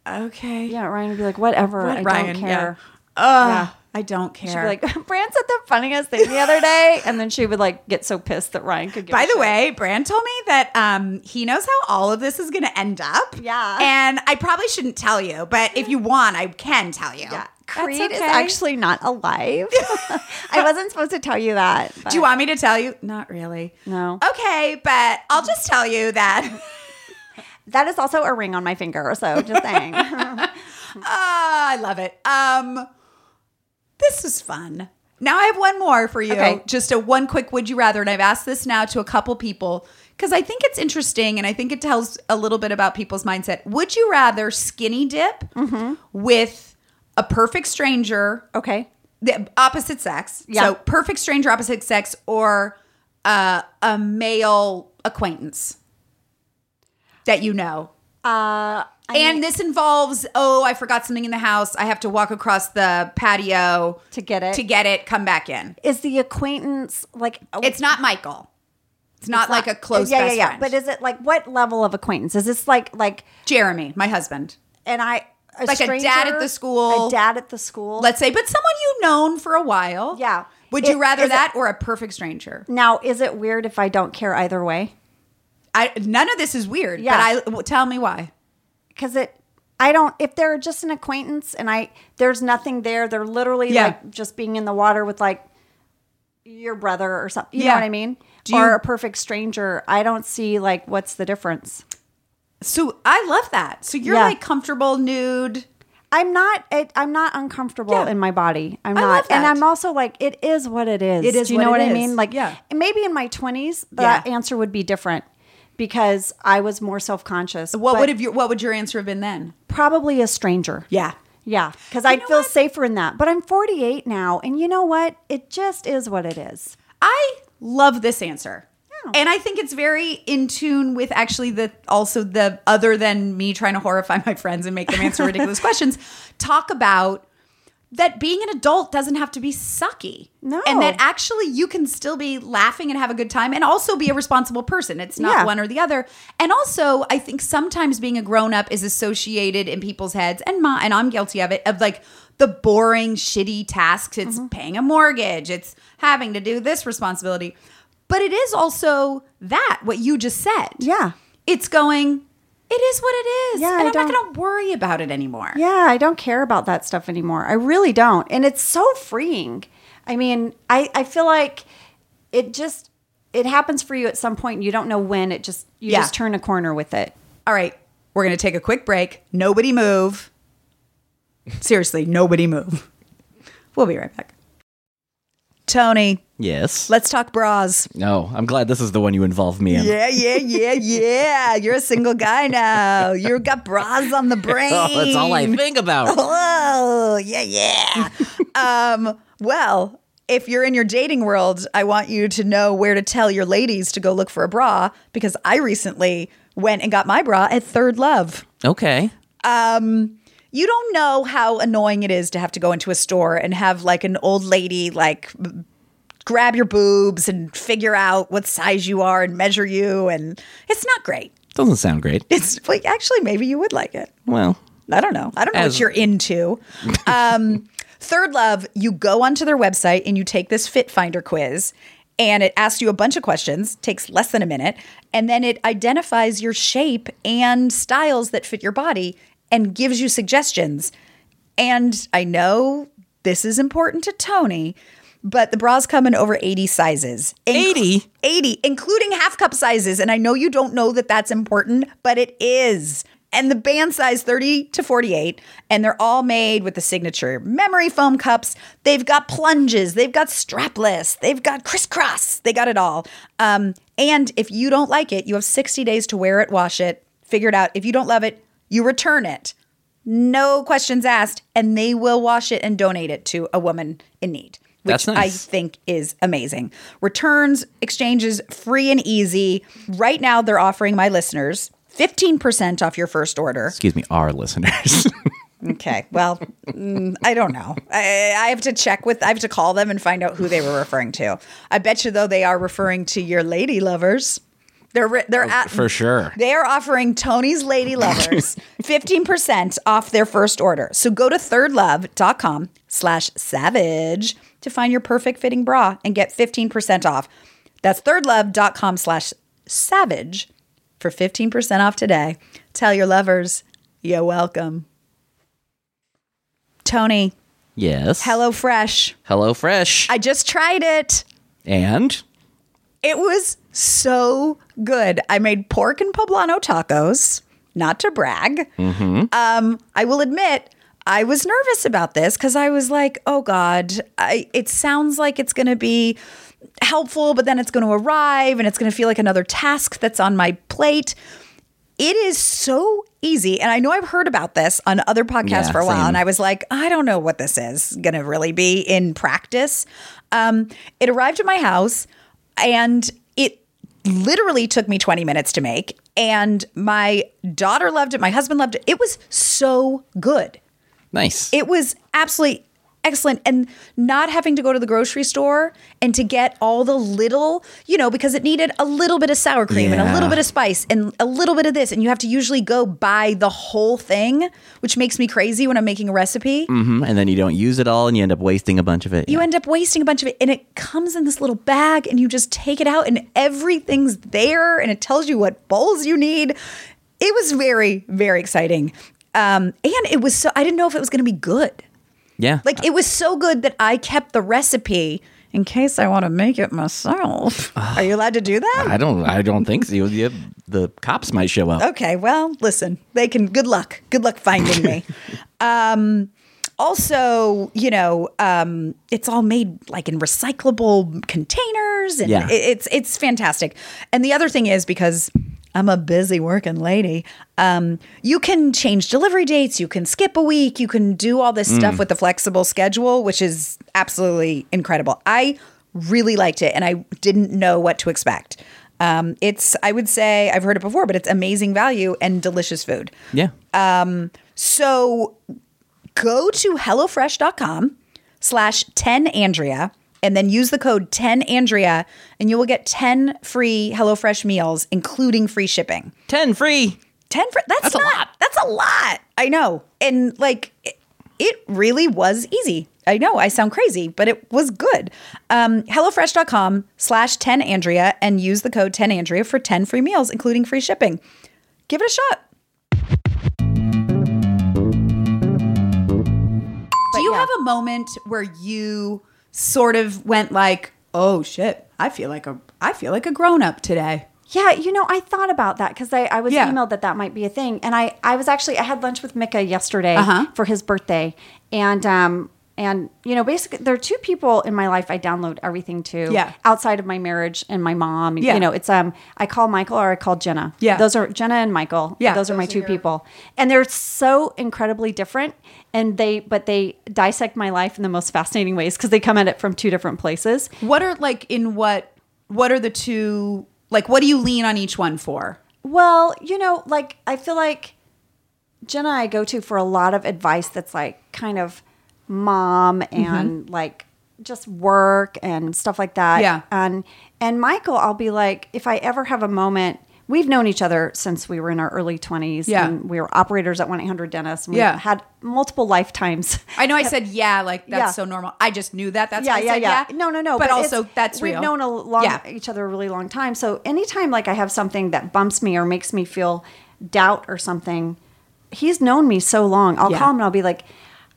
okay. Yeah, Ryan would be like, "Whatever, I Ryan, don't Yeah. care." Ugh, Yeah. I don't care. She'd be like, "Brand said the funniest thing the other day," and then she would like get so pissed that Ryan could. Give By a the shit. way, Brand told me that um, he knows how all of this is going to end up. Yeah. And I probably shouldn't tell you, but if you want, I can tell you. Yeah. That's Creed is okay. actually not alive. I wasn't supposed to tell you that. Do you but- want me to tell you? Not really. No. Okay, but I'll just tell you that. uh, That is also a ring on my finger, so just saying. Ah, I love it. Um, this was fun. Now I have one more for you. Okay. Just a one quick would you rather, and I've asked this now to a couple people because I think it's interesting and I think it tells a little bit about people's mindset. Would you rather skinny dip Mm-hmm. with a perfect stranger, okay. the opposite sex? Yeah. So perfect stranger, opposite sex, or uh, a male acquaintance that you know? Uh, I and this involves oh i forgot something in the house i have to walk across the patio To get it. to get it come back in is the acquaintance like it's not michael it's not like a close Yeah, best yeah, yeah. friend. But is it like what level of acquaintance? Is this like like jeremy my husband and I a Like a dad at stranger? the school. A dad at the school. let's say but someone you've known for a while Yeah. would It- you rather is it- that or a perfect stranger now, is it weird if I don't care either way? I, none of this is weird Yeah. but i w- tell me why because it i don't if they're just an acquaintance and i there's nothing there they're literally Yeah. like just being in the water with like your brother or something you Yeah. know what i mean Do or you- a perfect stranger i don't see like what's the difference so i love that so you're Yeah. like comfortable nude i'm not it, i'm not uncomfortable Yeah. in my body i'm I not love and that. i'm also like it is what it is It is do you what know it what i is. mean like Yeah. maybe in my 20s the Yeah. answer would be different because i was more self-conscious what but would have your what would your answer have been then probably a stranger yeah Yeah, because I'd know feel what? safer in that. But I'm 48 now, and you know what? It just is what it is. I love this answer. Yeah. And I think it's very in tune with actually the also the other than me trying to horrify my friends and make them answer ridiculous questions, talk about that being an adult doesn't have to be sucky. No. And that actually you can still be laughing and have a good time and also be a responsible person. It's not Yeah. one or the other. And also, I think sometimes being a grown up is associated in people's heads, and my, and I'm guilty of it, of like the boring, shitty tasks. It's Mm-hmm. paying a mortgage, it's having to do this responsibility. But it is also that, what you just said. Yeah. It's going, it is what it is. Yeah, and I'm I not don't- going to worry about it anymore. Yeah, I don't care about that stuff anymore. I really don't. And it's so freeing. I mean, I, I feel like it just it happens for you at some point. and You don't know when. It just you Yeah. just turn a corner with it. All right, we're going to take a quick break. Nobody move. Seriously, nobody move. We'll be right back. Tony, Yes. let's talk bras. No, I'm glad this is the one you involved me in. Yeah, yeah, yeah, yeah. You're a single guy now. You've got bras on the brain. Oh, that's all I think about. Oh, yeah, yeah. um, well, if you're in your dating world, I want you to know where to tell your ladies to go look for a bra because I recently went and got my bra at Third Love. Okay. Um, you don't know how annoying it is to have to go into a store and have like an old lady like b- grab your boobs and figure out what size you are and measure you, and it's not great. Doesn't sound great. It's well, actually maybe you would like it. Well, I don't know. I don't know As- what you're into. Um, Third Love, you go onto their website and you take this Fit Finder quiz, and it asks you a bunch of questions, takes less than a minute, and then it identifies your shape and styles that fit your body and gives you suggestions. And I know this is important to Tony, but the bras come in over 80 sizes. Inc- 80? 80, including half cup sizes. And I know you don't know that that's important, but it is. And the band size 30 to 48, and they're all made with the signature memory foam cups. They've got plunges, they've got strapless, they've got crisscross, they got it all. Um, and if you don't like it, you have 60 days to wear it, wash it, figure it out. If you don't love it, you return it no questions asked, and they will wash it and donate it to a woman in need, which That's nice. I think is amazing. Returns, exchanges, free and easy. Right now, they're offering my listeners 15% off your first order. Excuse me, our listeners. Okay. Well, mm, I don't know. I, I have to check with, I have to call them and find out who they were referring to. I bet you, though, they are referring to your lady lovers. They're, re- they're at, Oh, for sure. They are offering Tony's Lady Lovers 15% off their first order. So go to thirdlove.com slash savage to find your perfect fitting bra and get 15% off. That's thirdlove.com slash savage for 15% off today. Tell your lovers you're welcome. Tony, yes. HelloFresh. Hello Fresh. I just tried it. and It was so good. I made pork and poblano tacos, not to brag. Um, I will admit, I was nervous about this because I was like, oh God, I, it sounds like it's going to be helpful, but then it's going to arrive and it's going to feel like another task that's on my plate. It is so easy. And I know I've heard about this on other podcasts Yeah, for a while. same. And I was like, I don't know what this is going to really be in practice. Um, it arrived at my house and it literally took me 20 minutes to make. And my daughter loved it. My husband loved it. It was so good. nice. It was absolutely excellent. And not having to go to the grocery store and to get all the little, you know, because it needed a little bit of sour cream and a Yeah. little bit of spice and a little bit of this. And you have to usually go buy the whole thing, which makes me crazy when I'm making a recipe. Mhm, And then you don't use it all and you end up wasting a bunch of it. You Yeah. end up wasting a bunch of it. And it comes in this little bag and you just take it out and everything's there and it tells you what bowls you need. It was very, very exciting. Um, and it was so, I didn't know if it was going to be good. yeah. Like it was so good that I kept the recipe in case I want to make it myself. Are you allowed to do that? I don't I don't think so. You- the cops might show up. Okay, well, listen, they can good luck. Good luck finding me. um also, you know, um, it's all made like in recyclable containers, and Yeah. it- it's it's fantastic. And the other thing is because I'm a busy working lady, um, you can change delivery dates, you can skip a week, you can do all this stuff with the flexible schedule, which is absolutely incredible. I really liked it, and I didn't know what to expect. Um, it's I would say I've heard it before, but it's amazing value and delicious food. Yeah. So go to HelloFresh.com slash 10Andrea and then use the code 10Andrea and you will get 10 free HelloFresh meals, including free shipping. 10 free. 10 fr- that's, That's a not, lot. That's a lot. I know. And like, it, it really was easy. I know I sound crazy, but it was good. Um, HelloFresh.com slash 10Andrea and use the code 10Andrea for 10 free meals, including free shipping. Give it a shot. Do you yeah. have a moment where you sort of went like, "Oh shit, I feel like a I feel like a grown up today." Yeah, you know, I thought about that because I, I was Yeah. emailed that that might be a thing, and I, I was actually I had lunch with Mika yesterday Uh-huh. for his birthday, and um and you know basically there are two people in my life I download everything to Yeah. outside of my marriage and my mom. Yeah. you know it's um I call Michael or I call Jenna. Yeah. those are Jenna and Michael. Yeah. those are my two people, and they're so incredibly different, and they but they dissect my life in the most fascinating ways because they come at it from two different places. What are like in what what are the two like what do you lean on each one for? Well, you know, like I feel like Jenna I go to for a lot of advice that's like kind of mom Mm-hmm. and like just work and stuff like that. Yeah. And and Michael, I'll be like, if I ever have a moment, we've known each other since we were in our early twenties. Yeah. And we were operators at one eight hundred dentist. And we Yeah. had multiple lifetimes. I know I said yeah, like that's Yeah. so normal. I just knew that. That's yeah, why I yeah, said yeah, yeah. No, no, no. But, it's- also that's we've real. known a long Yeah. each other a really long time. So anytime like I have something that bumps me or makes me feel doubt or something, he's known me so long. I'll Yeah. call him and I'll be like,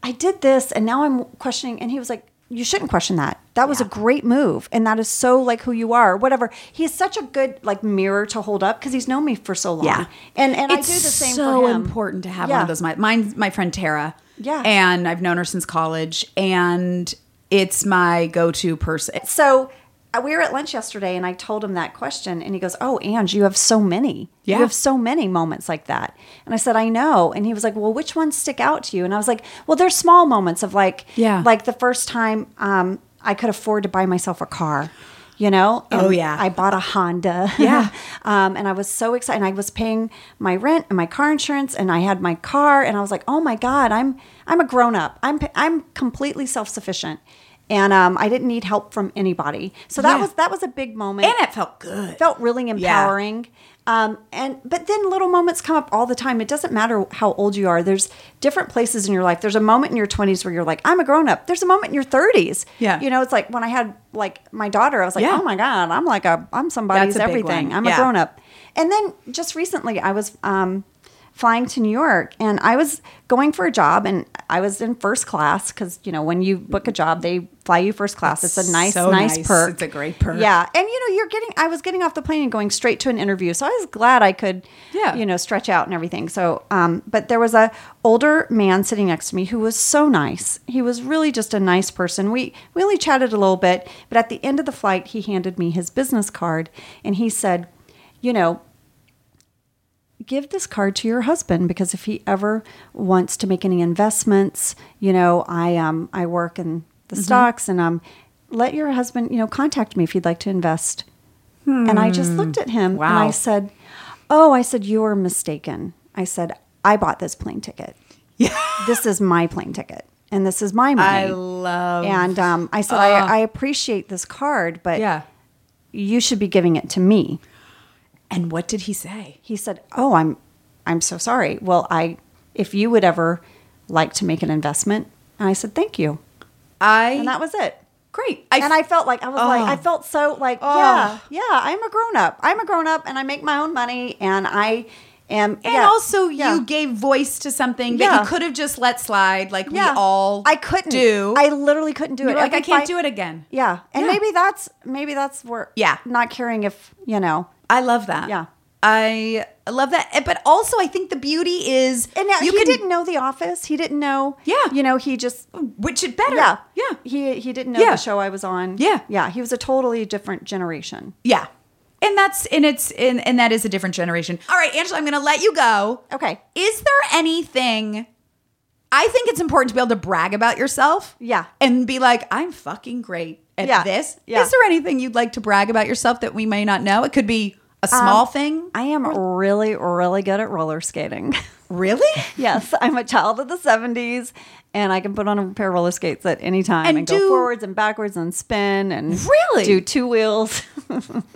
I did this and now I'm questioning. And he was like, You shouldn't question that. That was a great move, and that is so like who you are. Whatever. He's such a good like mirror to hold up because he's known me for so long. Yeah. And and it's I do the same. so for him. important to have one Yeah. of those. My, mine's my friend Tara. Yeah. And I've known her since college and it's my go-to person. So uh, we were at lunch yesterday and I told him that question and he goes, Oh, Ange, you have so many. Yeah. You have so many moments like that. And I said, I know. And he was like, Well, which ones stick out to you? And I was like, Well, there's small moments of like, Yeah. like the first time um, I could afford to buy myself a car. you know? And Oh, yeah. I bought a Honda. Yeah. um, and I was so excited. And I was paying my rent and my car insurance and I had my car and I was like, oh my God, I'm, I'm a grown up. I'm, pa- I'm completely self-sufficient. And um, I didn't need help from anybody. So that Yeah. was, that was a big moment. And it felt good. Felt really empowering. Um, and but then little moments come up all the time. It doesn't matter how old you are. There's different places in your life. There's a moment in your 20s where you're like, I'm a grown up. There's a moment in your 30s. Yeah. You know, it's like when I had like my daughter, I was like, Yeah. oh my god, I'm like a I'm somebody's That's a big everything. one. I'm Yeah. a grown up. And then just recently, I was um, flying to New York, and I was going for a job, and I was in first class because you know when you book a job, they fly you first class. It's a nice, so nice, nice. perk. It's a great perk. Yeah, and you know you're getting. I was getting off the plane and going straight to an interview, so I was glad I could. Yeah. You know, stretch out and everything. So, um, but there was a older man sitting next to me who was so nice. He was really just a nice person. We we only chatted a little bit, but at the end of the flight, he handed me his business card, and he said, "You know, give this card to your husband because if he ever wants to make any investments, you know, I um I work in the Mm-hmm. stocks and um let your husband, you know, contact me if he'd like to invest. And I just looked at him and Hmm. Wow. I said, "Oh, I said you're mistaken." I said, "I bought this plane ticket. Yeah. This is my plane ticket, and this is my money." I love. Ah. and um, I said, I, "I appreciate this card, but Yeah. you should be giving it to me." And what did he say? he said, "Oh, I'm I'm so sorry. Well, I if you would ever like to make an investment." And I said, "Thank you." I And that was it. great. Oh. and I felt like I was like I felt so like, yeah, yeah, I'm a grown up. I'm a grown up and I make my own money and I am And also, you gave voice to something that Yeah. you could have just let slide, like yeah. we all I couldn't do. I literally couldn't do You it. were like, Every I can't fi- do it again. Yeah. And Yeah. maybe that's maybe that's where Yeah. not caring if, you know. I love that. Yeah. I love that. Eh, But also, I think the beauty is And now, you he can- didn't know the office. He didn't know. Yeah. You know, he just which is better. Yeah. yeah, He he didn't know Yeah. the show I was on. Yeah. Yeah. He was a totally different generation. yeah. And that's and it's and, and that is a different generation. All right, Angela, I'm going to let you go. Okay. Is there anything? I think it's important to be able to brag about yourself. Yeah. And be like, I'm fucking great at Yeah. this. Yeah. Is there anything you'd like to brag about yourself that we may not know? It could be a Um, small thing. I am really, really good at roller skating. Really? yes, I'm a child of the 70s and I can put on a pair of roller skates at any time And and, do- go forwards and backwards and spin and Really? do two wheels.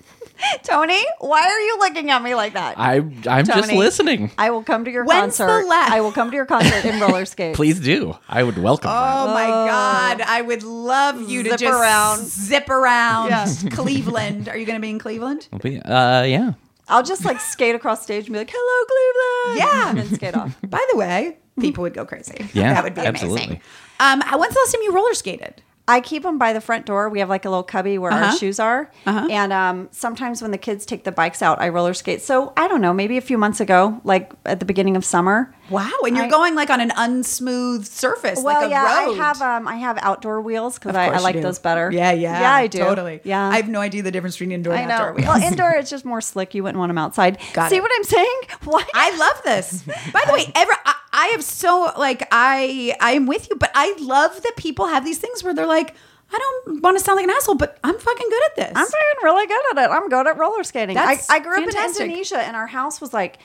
Tony, why are you looking at me like that? I I'm just Tony. listening. I will come to your When's the concert. last- I will come to your concert in roller skates. Please do. I would welcome that. Oh my God. I would love you to Zip just around. zip around Yeah. Cleveland. Are you going to be in Cleveland? It'll be- Uh, yeah. I'll just like skate across stage and be like, "Hello, Cleveland!" Yeah. and then skate off. By the way, people would go crazy. Yeah, That would be amazing. absolutely. Um, when's the last time you roller skated? I keep them by the front door. We have like a little cubby where Uh-huh. our shoes are. And um, sometimes when the kids take the bikes out, I roller skate. So I don't know, maybe a few months ago, like at the beginning of summer. Wow. And you're I- going like on an unsmooth surface, like a road. I have um, I have outdoor wheels because Of I, I course you like do. those better. Yeah, yeah. yeah, I do Totally. Yeah, I have no idea the difference between indoor I and outdoor know. wheels. Well, indoor it's just more slick. You wouldn't want them outside. Got See it. what I'm saying? Why? I love this. By the way, ever I, I have so like I I am with you, but I love that people have these things where they're like, I don't want to sound like an asshole, but I'm fucking good at this. I'm fucking really good at it. I'm good at roller skating. I, That's I grew up fantastic. in Indonesia, and our house was like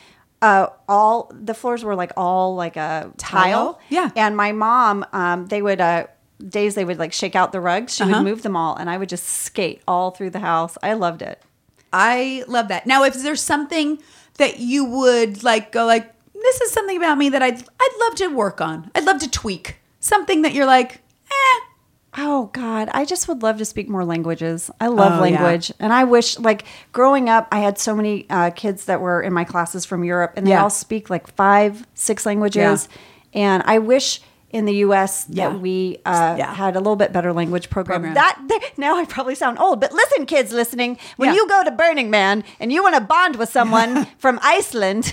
uh, all the floors were like all like a Tile? tile. Yeah. And my mom, um, they would uh, days they would like shake out the rugs. She Uh-huh. would move them all, and I would just skate all through the house. I loved it. I love that. Now, if there's something that you would like, go like, this is something about me that I'd I'd love to work on. I'd love to tweak something that you're like, eh. Oh God, I just would love to speak more languages. I love Oh, yeah. language, and I wish like growing up, I had so many uh, kids that were in my classes from Europe, and they Yeah. all speak like five, six languages. And I wish in the U.S. Yeah. that we uh, Yeah. had a little bit better language program. Program. That th- now I probably sound old, but listen, kids listening, when Yeah. you go to Burning Man and you want to bond with someone from Iceland,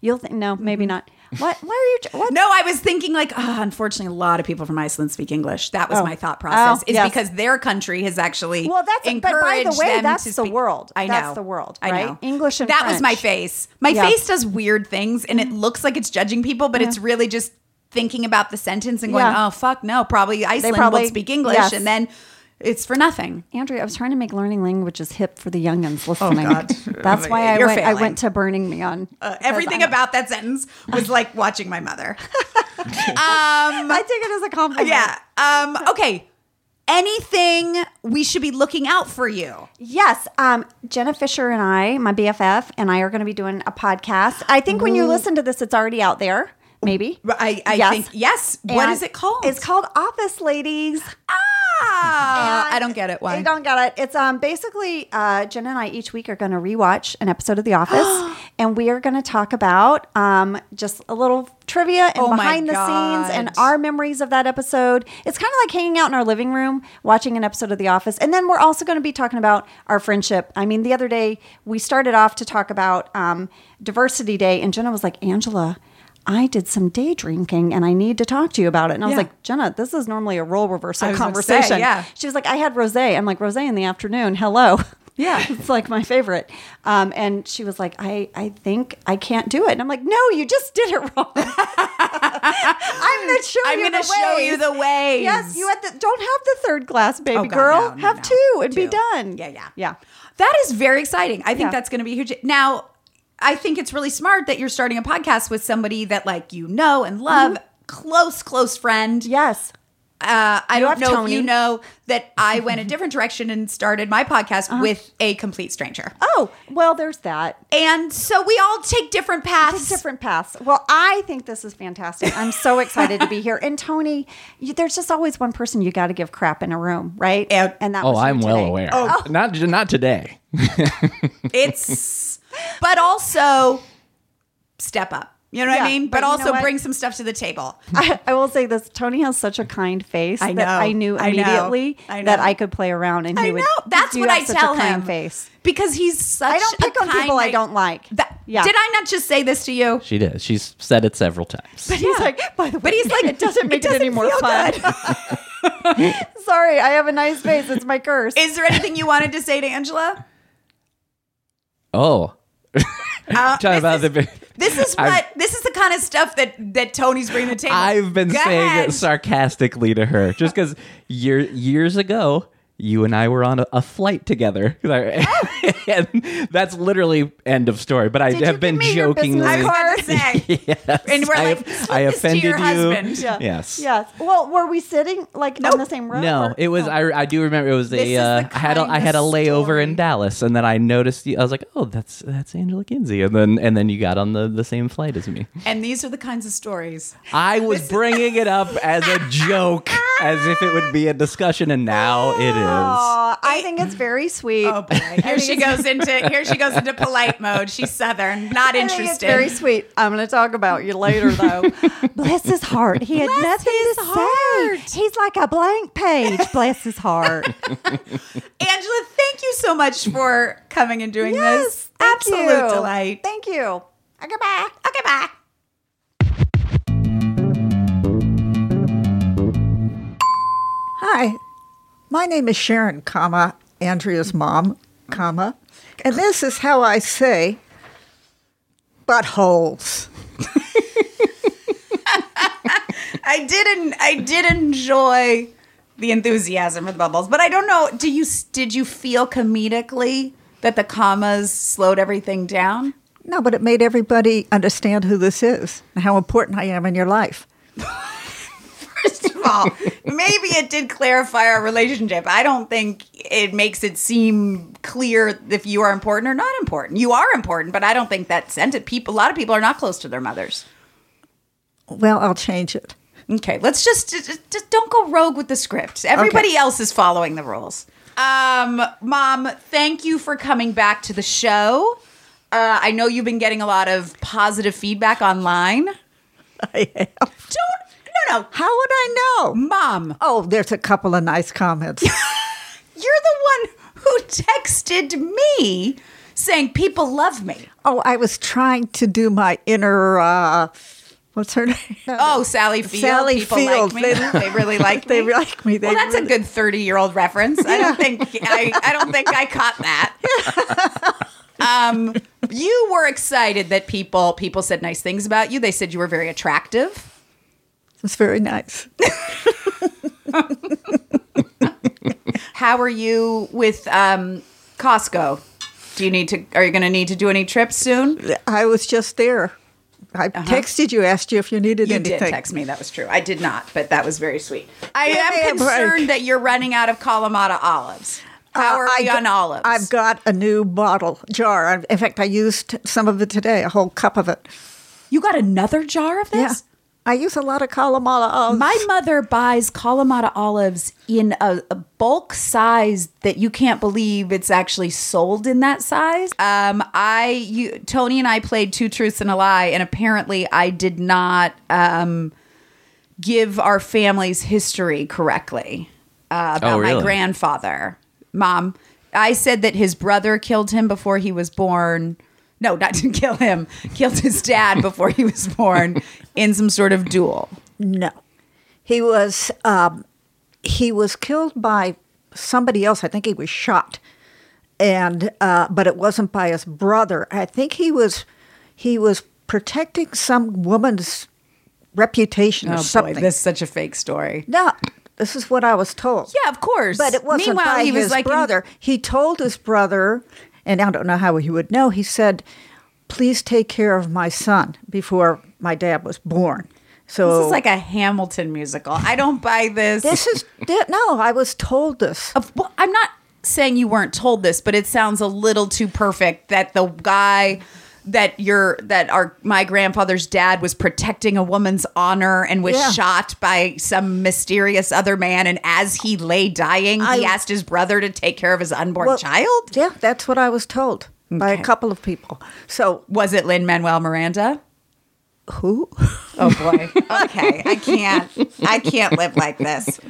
you'll think no, Mm-hmm. maybe not. What? Why are you? What? No, I was thinking like, ah, unfortunately, a lot of people from Iceland speak English. That was Oh. my thought process. Oh, is yes. because their country has actually Well, that's- but by the encouraged way, them that's to the speak- world. I know That's the world, I right? know English and that was my French. Mm. face. My Yeah. face does weird things, and it looks like it's judging people, but it's really just thinking about the sentence and going, Yeah. "Oh fuck, no, probably Iceland probably- will speak English," yes. and then. It's for nothing. Andrea, I was trying to make learning languages hip for the youngins listening. Oh, God. That's why I You're went. I failing. went to Burning Man. Uh, everything about that sentence was like watching my mother. I take it as a compliment. Yeah. Um, okay. Anything we should be looking out for you. Yes. Um, Jenna Fisher and I, my BFF, and I are going to be doing a podcast. I think when you listen to this, it's already out there. Maybe. I, I think yes. what And is it called? It's called Office Ladies. ah, And I don't get it. Why? I don't get it. It's um basically uh, Jen and I each week are going to rewatch an episode of The Office, and we are going to talk about um just a little trivia and Oh my behind the scenes and God. our memories of that episode. It's kind of like hanging out in our living room watching an episode of The Office, and then we're also going to be talking about our friendship. I mean, the other day we started off to talk about um, Diversity Day, and Jenna was like, Angela. I did some day drinking and I need to talk to you about it. And I was Yeah. like, Jenna, this is normally a role reversal I was gonna say, conversation. yeah. She was like, I had rose. I'm like, rose in the afternoon. Hello. Yeah. it's like my favorite. Um, and she was like, I, I think I can't do it. And I'm like, no, you just did it wrong. I'm going to show I'm you gonna the show ways. you the ways. Yes, you had the, don't have the third glass, baby Oh, God, girl. no, no, have no. two and be Two. done. Yeah, yeah. Yeah. That is very exciting. I think Yeah. that's going to be huge. Now, I think it's really smart that you're starting a podcast with somebody that like you know Mm-hmm. and love, close close friend. Yes. Uh, I don't have know Tony. if you know that I went a different direction and started my podcast Uh-huh. with a complete stranger. Oh, well, there's that. And so we all take different paths. Take different paths. Well, I think this is fantastic. I'm so excited to be here. And Tony, you, there's just always one person you got to give crap in a room, right? Yeah. And that Oh, was you I'm well today. aware. Not not today. It's but also step up. You know what I Yeah, mean? but But, you know also what? bring some stuff to the table. I, I will say this: Tony has such a kind face I that know. I knew I know. immediately I know. that I could play around, and he I would. know. That's you what have I such tell a kind him. Face. Because he's such I don't a pick on people kind- I don't like. That, yeah. Did I not just say this to you? She did. She's said it several times. He's like, by the way, But he's like, it doesn't make it, doesn't any more feel fun. good. Sorry, I have a nice face. It's my curse. Is there anything you wanted to say to Angela? Oh, Uh, talking about this, the. is, this is I've- what this is the kind of stuff that that Tony's bringing to the table. I've been Go saying ahead. it sarcastically to her, just because year, years ago you and I were on a, a flight together, Oh. and that's literally end of story. But I you have give been me your jokingly. business I was about to say. Yes, And we're I, like, have- "Slip I this to offended your you. husband." Yeah. Yes. Yes. Well, were we sitting like on the Nope. same row? No, or- it was. Oh. I, I do remember it was This is a. the Uh, I had a, I had a kind of layover story. in Dallas, and then I noticed. You, I was like, oh, that's that's Angela Kinsey, and then and then you got on the the same flight as me. And these are the kinds of stories. I was bringing it up as a joke, as if it would be a discussion, and now it is. Aw, I think it's very sweet. Oh boy! Here she goes into here she goes into polite mode. She's southern, not I think interested. it's very sweet. I'm going to talk about you later, though. bless his heart. He had nothing his to heart. say. He's like a blank page. Bless his heart. Angela, thank you so much for coming and doing this. thank Absolute you. delight. Thank you. Okay, bye. Okay, bye. Hi, my name is Sharon, comma, Andrea's mom, comma, and this is how I say buttholes. I didn't. I did enjoy the enthusiasm for the bubbles, but I don't know. Do you? Did you feel comedically that the commas slowed everything down? No, but it made everybody understand who this is and how important I am in your life. First of all, maybe it did clarify our relationship. I don't think it makes it seem clear if you are important or not important. You are important, but I don't think that sent it. People, a lot of people are not close to their mothers. Well, I'll change it. Okay, let's just, just, just don't go rogue with the script. Everybody else is following the rules. Um, Mom, thank you for coming back to the show. Uh, I know you've been getting a lot of positive feedback online. I am. Don't, no, no. How would I know? Mom, Oh, there's a couple of nice comments. you're the one who texted me saying people love me. oh, I was trying to do my inner, uh, what's her name? Oh, Sally Field. Sally people Field. like me. They, They- really like they me. like me. They well, that's really- a good thirty-year-old reference. I don't think I, I don't think I caught that. um, you were excited that people people said nice things about you. They said you were very attractive. It's very nice. how are you with um, Costco? Do you need to? Are you going to need to do any trips soon? I was just there. I texted you, asked you if you needed Uh-huh. You anything. did text me. That was true. I did not, but that was very sweet. I Give me a am break. concerned that you're running out of Kalamata olives. How Uh, are we I on got- olives? I've got a new bottle jar. I- In fact, I used some of it today, a whole cup of it. you got another jar of this? I use a lot of Kalamala olives. My mother buys Kalamata olives in a, a bulk size that you can't believe it's actually sold in that size. Um, I you, Tony and I played Two Truths and a Lie, and apparently I did not um, give our family's history correctly uh, about Oh, my really? grandfather. Mom, I said that his brother killed him before he was born. No, not to kill him. Killed his dad before he was born in some sort of duel. No, he was um, he was killed by somebody else. I think he was shot, and uh, but it wasn't by his brother. I think he was he was protecting some woman's reputation or Oh something. boy, this is such a fake story. no, this is what I was told. Yeah, of course. But it wasn't Meanwhile, by he was his like in- brother. He told his brother, and I don't know how he would know. He said, "Please take care of my son before my dad was born." So This is like a Hamilton musical. I don't buy this. Oh. This is thi- no. I was told this. Of- well, I'm not saying you weren't told this, but it sounds a little too perfect that the guy that your that our my grandfather's dad was protecting a woman's honor and was Yeah. shot by some mysterious other man and as he lay dying he I- asked his brother to take care of his unborn Well, child Yeah, that's what I was told by Okay. a couple of people. So was it lynn manuel miranda who? Oh boy. Okay. I can't. I can't live like this.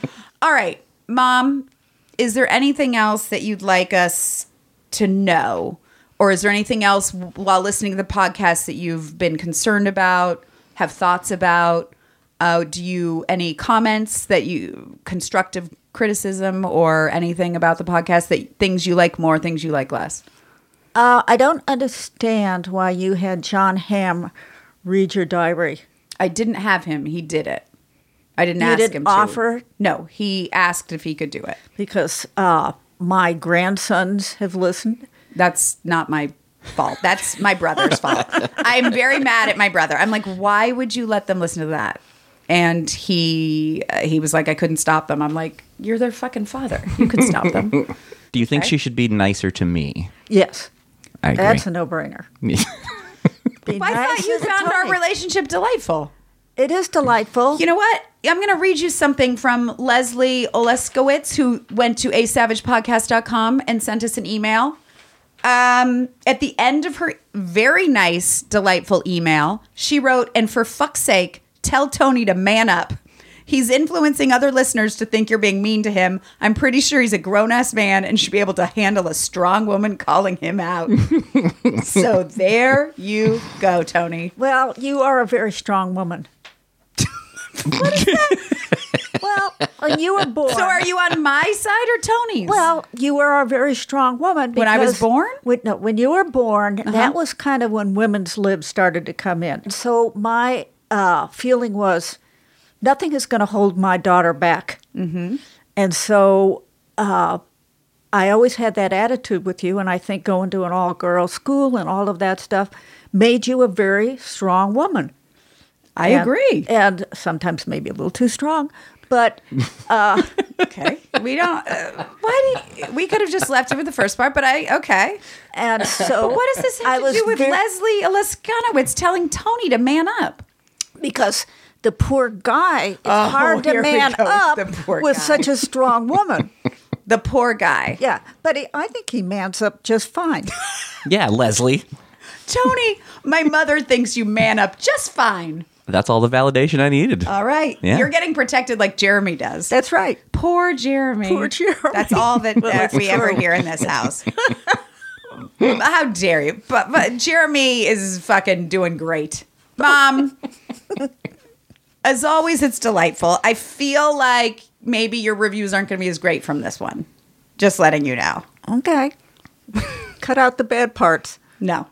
All right, mom, is there anything else that you'd like us to know? Or is there anything else while listening to the podcast that you've been concerned about, have thoughts about? Uh, do you any comments that you constructive criticism or anything about the podcast that things you like more, things you like less? Uh, I don't understand why you had John Hamm read your diary. I didn't have him. He did it. I didn't You ask didn't him to. offer? No, he asked if he could do it. because uh, my grandsons have listened. That's not my fault. That's my brother's fault. I'm very mad at my brother. I'm like, why would you let them listen to that? And he uh, he was like, I couldn't stop them. I'm like, you're their fucking father. You could stop them. Do you think Okay. she should be nicer to me? Yes, I agree. that's a no-brainer. Be I nice thought you to found our Tony. relationship delightful. It is delightful. You know what? I'm going to read you something from Leslie Oleskowitz, who went to asavagepodcast.com and sent us an email. Um, at the end of her very nice, delightful email, she wrote, And for fuck's sake, tell Tony to man up. He's influencing other listeners to think you're being mean to him. I'm pretty sure he's a grown ass man and should be able to handle a strong woman calling him out. so there you go, Tony. well, you are a very strong woman. what is that? well, when you were born. So are you on my side or Tony's? Well, you were a very strong woman. When I was because- born? Uh-huh. When, no, when you were born, that was kind of when women's libs started to come in. So my uh, feeling was nothing is going to hold my daughter back. Mm-hmm. And so uh, I always had that attitude with you. And I think going to an all girl school and all of that stuff made you a very strong woman. I And- agree. And sometimes maybe a little too strong. But Okay. We don't. Uh, why do you, we could have just left it with the first part, but I okay. and so What does this I have to was do with ver- Leslie Alaskanowitz telling Tony to man up? because the poor guy it's hard Oh, here to we man go with up the poor with guy. such a strong woman. The poor guy, yeah, but he, I think he mans up just fine. yeah, Leslie. Tony. My mother thinks you man up just fine. That's all the validation I needed. All right, Yeah. you're getting protected like Jeremy does. That's right. poor Jeremy. Poor Jeremy. That's all that, that we ever hear in this house. How dare you? But but Jeremy is fucking doing great. Mom, as always, it's delightful. I feel like maybe your reviews aren't going to be as great from this one. Just letting you know. Okay. Cut out the bad parts. No,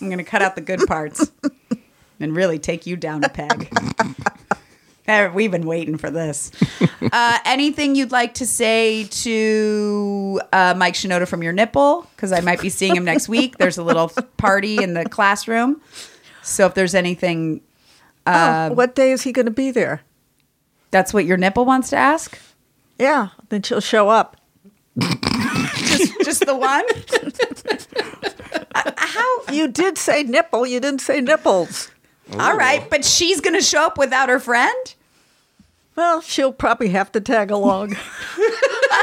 I'm going to cut out the good parts and really take you down a peg. Eh, We've been waiting for this. uh, anything you'd like to say to uh, Mike Shinoda from your nipple? Because I might be seeing him next week. There's a little party in the classroom. So if there's anything, Um, oh, what day is he going to be there? that's what your nipple wants to ask. Yeah, then she'll show up. Just the one. You did say nipple. You didn't say nipples. All right, but she's gonna show up without her friend. Well, she'll probably have to tag along.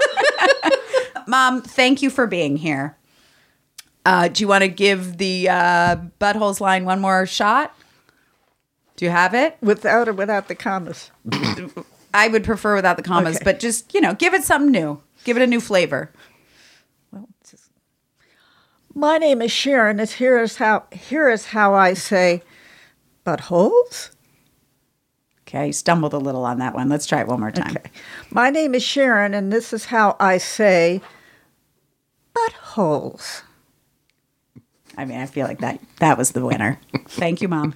Mom, thank you for being here. Uh, do you want to give the uh, buttholes line one more shot? Do you have it? without or without the commas. I would prefer without the commas, Okay. but just, you know, give it something new. Give it a new flavor. My name is Sharon. It's here is how here is how I say buttholes. Okay, you stumbled a little on that one. Let's try it one more time. Okay. My name is Sharon, and this is how I say buttholes. I mean, I feel like that that was the winner. Thank you, Mom.